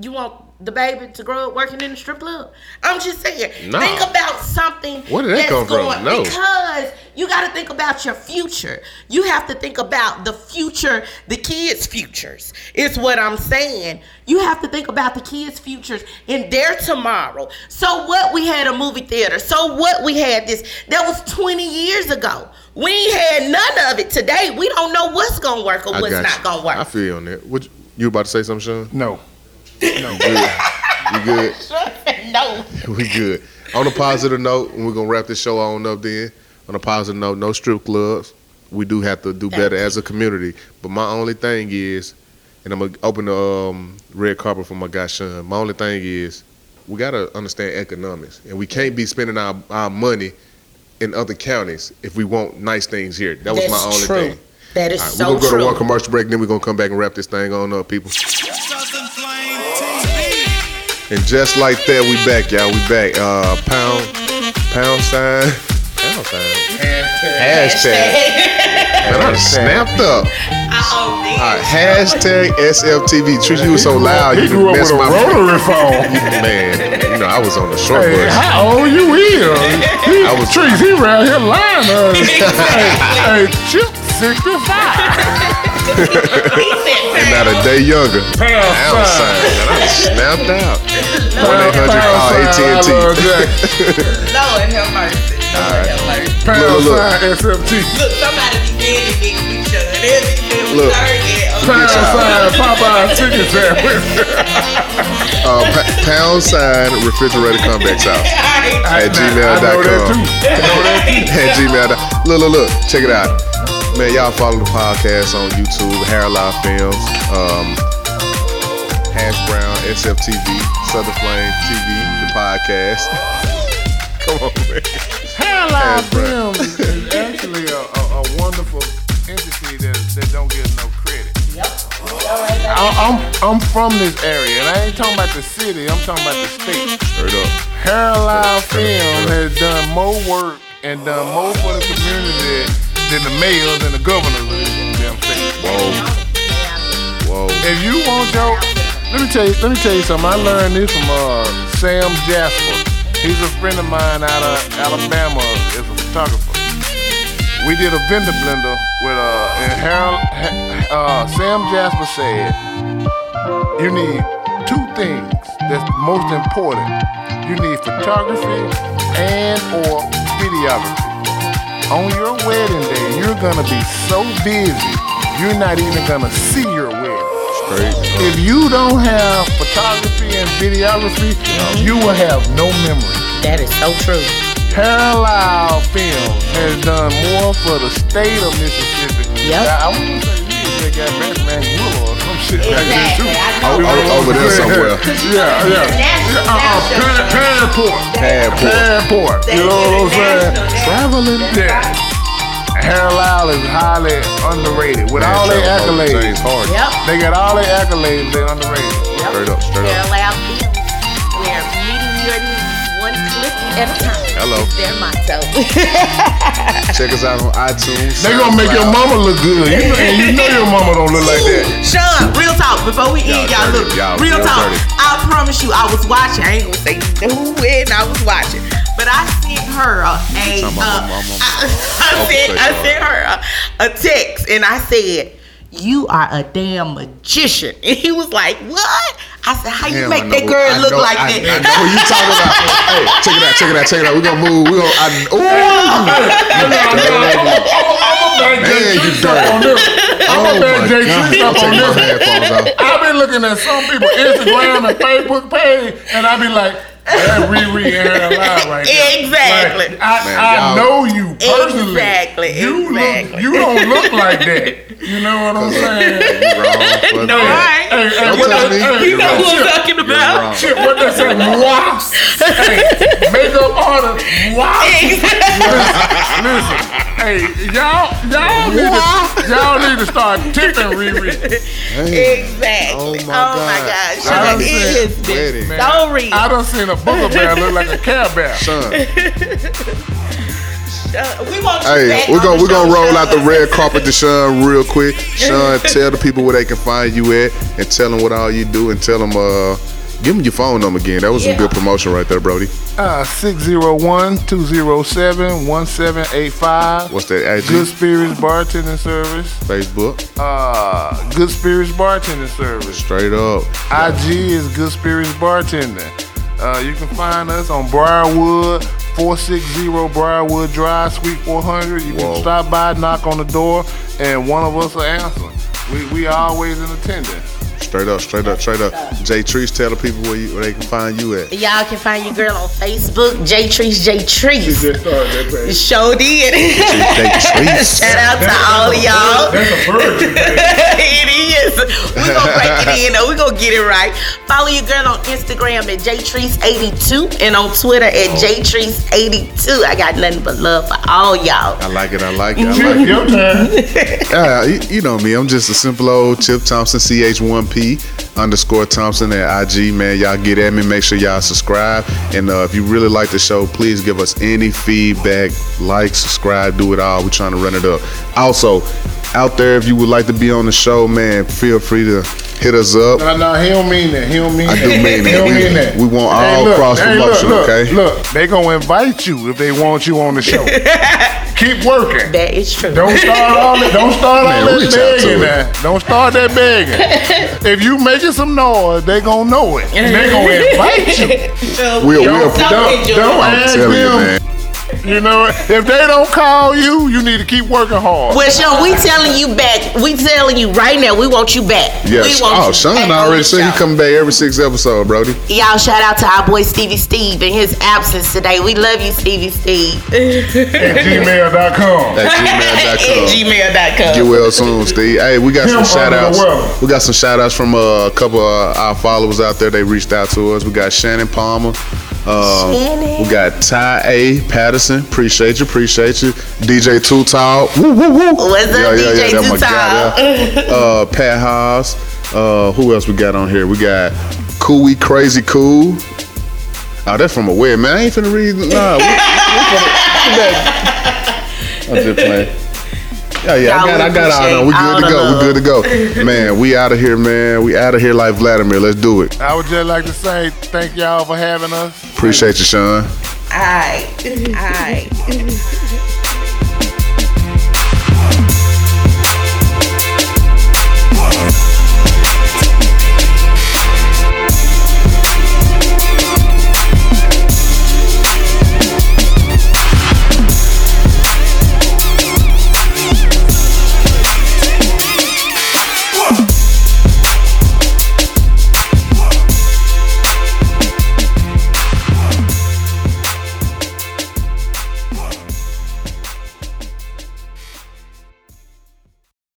Speaker 6: you want the baby to grow up working in the strip club? I'm just saying.
Speaker 1: No.
Speaker 6: Think about something
Speaker 1: Where did that
Speaker 6: that's
Speaker 1: come from?
Speaker 6: going
Speaker 1: No.
Speaker 6: because you got to think about your future. You have to think about the future, the kids' futures. Is what I'm saying. You have to think about the kids' futures in their tomorrow. So what we had a movie theater. So what we had this. That was 20 years ago. We ain't had none of it today. We don't know what's gonna work or
Speaker 1: I
Speaker 6: what's
Speaker 1: got
Speaker 6: not
Speaker 1: you.
Speaker 6: gonna work.
Speaker 1: I feel you on that. What you, you about to say something, Sean?
Speaker 2: No.
Speaker 1: You good?
Speaker 6: no.
Speaker 1: we good. On a positive note, and we're gonna wrap this show on up then. On a positive note, no strip clubs. We do have to do better as a community. But my only thing is, and I'm gonna open the um, red carpet for my guy Sean. My only thing is, we gotta understand economics, and we can't be spending our, our money in other counties if we want nice things here. That was my
Speaker 6: That's
Speaker 1: only
Speaker 6: true.
Speaker 1: thing.
Speaker 6: That is
Speaker 1: All right,
Speaker 6: so
Speaker 1: we're gonna go
Speaker 6: true.
Speaker 1: to one commercial break, then we're gonna come back and wrap this thing on up, people.
Speaker 5: Southern Flame TV.
Speaker 1: And just like that, we back, y'all. We back. Uh, pound, pound sign, pound sign, hashtag. Man, I'm snapped up. All right, hashtag SFTV. Treat you was so loud,
Speaker 2: He
Speaker 1: you done
Speaker 2: grew up with
Speaker 1: messed
Speaker 2: a
Speaker 1: my
Speaker 2: rotary phone.
Speaker 1: man. You know, I was on the short
Speaker 2: Hey,
Speaker 1: bus.
Speaker 2: how old you is? He,
Speaker 1: I was-
Speaker 2: trees. He around here lying to us. hey, hey, Chip, sixty-five.
Speaker 1: and not a day younger. Pound sign. And I was snapped out. 1-800-CALL-AT&T.
Speaker 6: Lord have mercy. Lord have mercy.
Speaker 1: Pound Look, look, sign
Speaker 2: SMT.
Speaker 6: Look, somebody be dead and big with each other. They'll be dead with
Speaker 1: Look.
Speaker 6: her.
Speaker 1: Pound sign,
Speaker 2: Popeye chicken sandwich.
Speaker 1: Uh, pa- pound sign refrigerator comeback out. At gmail.com. At gmail. dot- Look, look, look. Check it out. Man, y'all follow the podcast on YouTube, Hair Live Films, um, Hash Brown, SFTV, Southern Flame TV, the podcast. Come on, man.
Speaker 2: Hair
Speaker 1: Hash
Speaker 2: Live
Speaker 1: Brown.
Speaker 2: Films is actually a, a, a wonderful entity that, that don't get no credit. I, I'm I'm from this area, and I ain't talking about the city. I'm talking about the state.
Speaker 1: Straight up.
Speaker 2: Hairline Film has done more work and done more for the community than the mayors and the governors of this damn state.
Speaker 1: Whoa. Whoa.
Speaker 2: If you want your, let me tell you, let me tell you something. I learned this from uh, Sam Jasper. He's a friend of mine out of Alabama. Is a photographer. We did a vendor blender with uh, and Harold. Ha- Uh, Sam Jasper said, you need two things that's most important. You need photography and or videography. On your wedding day, you're gonna be so busy, you're not even gonna see your wedding.
Speaker 1: Straight.
Speaker 2: If you don't have photography and videography, you will have no memory.
Speaker 6: That is so true.
Speaker 2: Parallel Films has done more for the state of Mississippi.
Speaker 6: Yep.
Speaker 2: Now, I want to say you just got back man Willow or some shit back there too.
Speaker 1: O- o- over there somewhere.
Speaker 2: Yeah, yeah. Uh-uh, Pan- Panport.
Speaker 1: Padport.
Speaker 2: Airport. You know what I'm saying? Traveling. Yeah. Hair Lyle is highly underrated. With all their accolades,
Speaker 1: James Harden.
Speaker 6: Yep.
Speaker 2: they got all their accolades. They underrated.
Speaker 1: Straight up, straight
Speaker 4: They're
Speaker 1: up.
Speaker 4: loud films. We're meeting your needs one click at a time.
Speaker 1: Hello.
Speaker 4: Their motto.
Speaker 1: Check us out on iTunes.
Speaker 2: They gonna make your
Speaker 1: SoundCloud.
Speaker 2: mama look good. You know, you know your mama don't look like that.
Speaker 6: Sean, real talk. Before we end,
Speaker 1: Y'all
Speaker 6: y'all,
Speaker 1: dirty.
Speaker 6: look.
Speaker 1: Y'all
Speaker 6: real
Speaker 1: real
Speaker 6: talk.
Speaker 1: dirty.
Speaker 6: I promise you, I was watching. I ain't gonna say who when I was watching, but I sent her a. a
Speaker 1: talking about
Speaker 6: uh,
Speaker 1: my mama.
Speaker 6: I, I
Speaker 1: Oh,
Speaker 6: sent, I
Speaker 1: okay.
Speaker 6: sent her a, a text, and I said. You are a damn magician. And he was like, What? I said, How you
Speaker 1: Damn,
Speaker 6: make
Speaker 1: I
Speaker 6: that
Speaker 1: know-
Speaker 6: girl
Speaker 1: I
Speaker 6: look
Speaker 1: know-
Speaker 6: like
Speaker 1: I, I
Speaker 6: that?
Speaker 1: know what you talking about. hey, check it out, check it out, check it out. We're gonna move. We're gonna. I, ooh,
Speaker 2: Oh,
Speaker 1: man, you dirty. Oh my
Speaker 2: bad
Speaker 1: God.
Speaker 2: Jay Trees up
Speaker 1: I'm taking
Speaker 2: on
Speaker 1: my
Speaker 2: this.
Speaker 1: headphones off.
Speaker 2: I've been looking at some people Instagram and Facebook page, and I be like, that Riri and her alive right now.
Speaker 6: Exactly.
Speaker 2: Like, I,
Speaker 1: Man,
Speaker 2: I
Speaker 1: y'all-
Speaker 2: know you personally.
Speaker 6: Exactly,
Speaker 2: You
Speaker 6: exactly.
Speaker 2: Look, you don't look like that. You know what I'm
Speaker 1: You
Speaker 2: saying?
Speaker 1: wrong.
Speaker 6: no,
Speaker 1: right.
Speaker 6: right?
Speaker 2: Hey, hey,
Speaker 1: Don't
Speaker 2: what
Speaker 1: tell
Speaker 2: that-
Speaker 1: me.
Speaker 2: hey,
Speaker 1: You
Speaker 6: You know
Speaker 1: wrong.
Speaker 6: who I'm talking
Speaker 1: You're wrong.
Speaker 6: about?
Speaker 2: Shit, what they say? Wow. Hey, makeup artist. Wow. Listen, hey, y'all, y'all need to, y'all need to start tipping Riri.
Speaker 6: Exactly.
Speaker 1: Oh,
Speaker 6: Oh
Speaker 1: my
Speaker 6: my,
Speaker 1: God.
Speaker 6: gosh.
Speaker 1: I
Speaker 6: Sugar,
Speaker 2: was
Speaker 6: it is
Speaker 1: Wedding.
Speaker 6: been so real.
Speaker 2: I done seen a booger bear look like a cab bear.
Speaker 1: Son.
Speaker 6: Uh, we want you
Speaker 1: Hey,
Speaker 6: back
Speaker 1: we're
Speaker 6: on
Speaker 1: gonna
Speaker 6: the
Speaker 1: we're gonna
Speaker 6: show,
Speaker 1: roll out the
Speaker 6: Sean.
Speaker 1: red carpet to Sean real quick. Sean, tell the people where they can find you at, and tell them what all you do, and tell them uh, give them your phone number again. That was some good promotion right there, Brody.
Speaker 2: Uh, 601-207-1785.
Speaker 1: What's that IG?
Speaker 2: Good Spirits Bartending Service.
Speaker 1: Facebook,
Speaker 2: Uh, Good Spirits Bartending Service.
Speaker 1: straight up.
Speaker 2: IG is Good Spirits Bartending. Uh, you can find us on Briarwood, 460 Briarwood Drive, Suite 400. You
Speaker 1: Whoa.
Speaker 2: can stop by, knock on the door, and one of us will answer. We, we always in attendance.
Speaker 1: Straight up, straight up, straight up. Jay Trees, tell the people where, you, where they can find you at.
Speaker 6: Y'all can find your girl on Facebook, J Trees J Trees. Show did.
Speaker 1: Jay Trees.
Speaker 6: Shout out to all of y'all.
Speaker 2: That's a bird.
Speaker 6: it is. We're gonna break it in though. We're gonna get it right. Follow your girl on Instagram at JTrees82 and on Twitter at
Speaker 2: Oh.
Speaker 6: JTrees82. I got nothing but love for all y'all.
Speaker 1: I like it. I like it. I like it.
Speaker 2: Your turn.
Speaker 1: Uh, you, you know me. I'm just a simple old Chip Thompson, CH1P underscore Thompson at IG. Man, y'all get at me. Make sure y'all subscribe. And uh, if you really like the show, please give us any feedback, like, subscribe, do it all. We're trying to run it up. Also, out there, if you would like to be on the show, man, feel free to hit us up.
Speaker 2: No, no, he don't mean that. He don't mean
Speaker 1: I
Speaker 2: that.
Speaker 1: do mean that.
Speaker 2: He don't
Speaker 1: We-
Speaker 2: mean that.
Speaker 1: we want all cross
Speaker 2: look,
Speaker 1: promotion,
Speaker 2: look,
Speaker 1: okay?
Speaker 2: Look, they gonna invite you if they want you on the show. Keep working.
Speaker 6: That is true.
Speaker 2: Don't start all that. Don't start
Speaker 1: Man,
Speaker 2: all
Speaker 1: reach
Speaker 2: that
Speaker 1: out to
Speaker 2: begging.
Speaker 1: her.
Speaker 2: Now. Don't start that begging. if you making some noise, they gonna know it. And they gonna invite you.
Speaker 1: We'll- we'll- Don't-
Speaker 2: don't, don't
Speaker 1: I'm
Speaker 2: ask
Speaker 1: telling you,
Speaker 2: them.
Speaker 1: man.
Speaker 2: You, know, if they don't call you, you need to keep working hard.
Speaker 6: Well, Sean, we telling you back. We telling you right now. We want you back.
Speaker 1: Yes.
Speaker 6: We want
Speaker 1: Oh,
Speaker 6: you
Speaker 1: Sean
Speaker 6: back.
Speaker 1: already said he coming back every six episode, Brody.
Speaker 6: Y'all shout out to our boy Stevie Steve in his absence today. We love you, Stevie Steve.
Speaker 2: At gmail.com.
Speaker 1: At gmail.com.
Speaker 6: gmail.com.
Speaker 1: Get well soon, Steve. Hey, we got some
Speaker 2: Him
Speaker 1: shout
Speaker 2: under the
Speaker 1: outs.
Speaker 2: weather.
Speaker 1: We got some shout outs from uh, a couple of our followers out there. They reached out to us. We got Shannon Palmer. Um,
Speaker 6: Shannon.
Speaker 1: We got Ty A. Patterson. Appreciate you. Appreciate you. DJ Too Tall. Woo, woo, woo.
Speaker 6: What's up, DJ
Speaker 1: that's my
Speaker 6: Too
Speaker 1: guy there. uh, Pat Hobbs. Uh, who else we got on here? We got Cooey Crazy Cool. Oh, that's from a weird man. I ain't finna read. Nah, we, we finna, we back. I'm just playing. Yeah, yeah, I
Speaker 6: Y'all,
Speaker 1: got, I
Speaker 6: we
Speaker 1: got all that. We
Speaker 6: appreciate all
Speaker 1: good to
Speaker 6: the
Speaker 1: go.
Speaker 6: love.
Speaker 1: We good to go. Man, we out of here, man. We out of here like Vladimir. Let's do it.
Speaker 2: I would just like to say thank y'all for having us.
Speaker 1: Appreciate you, Sean.
Speaker 6: All right. All right.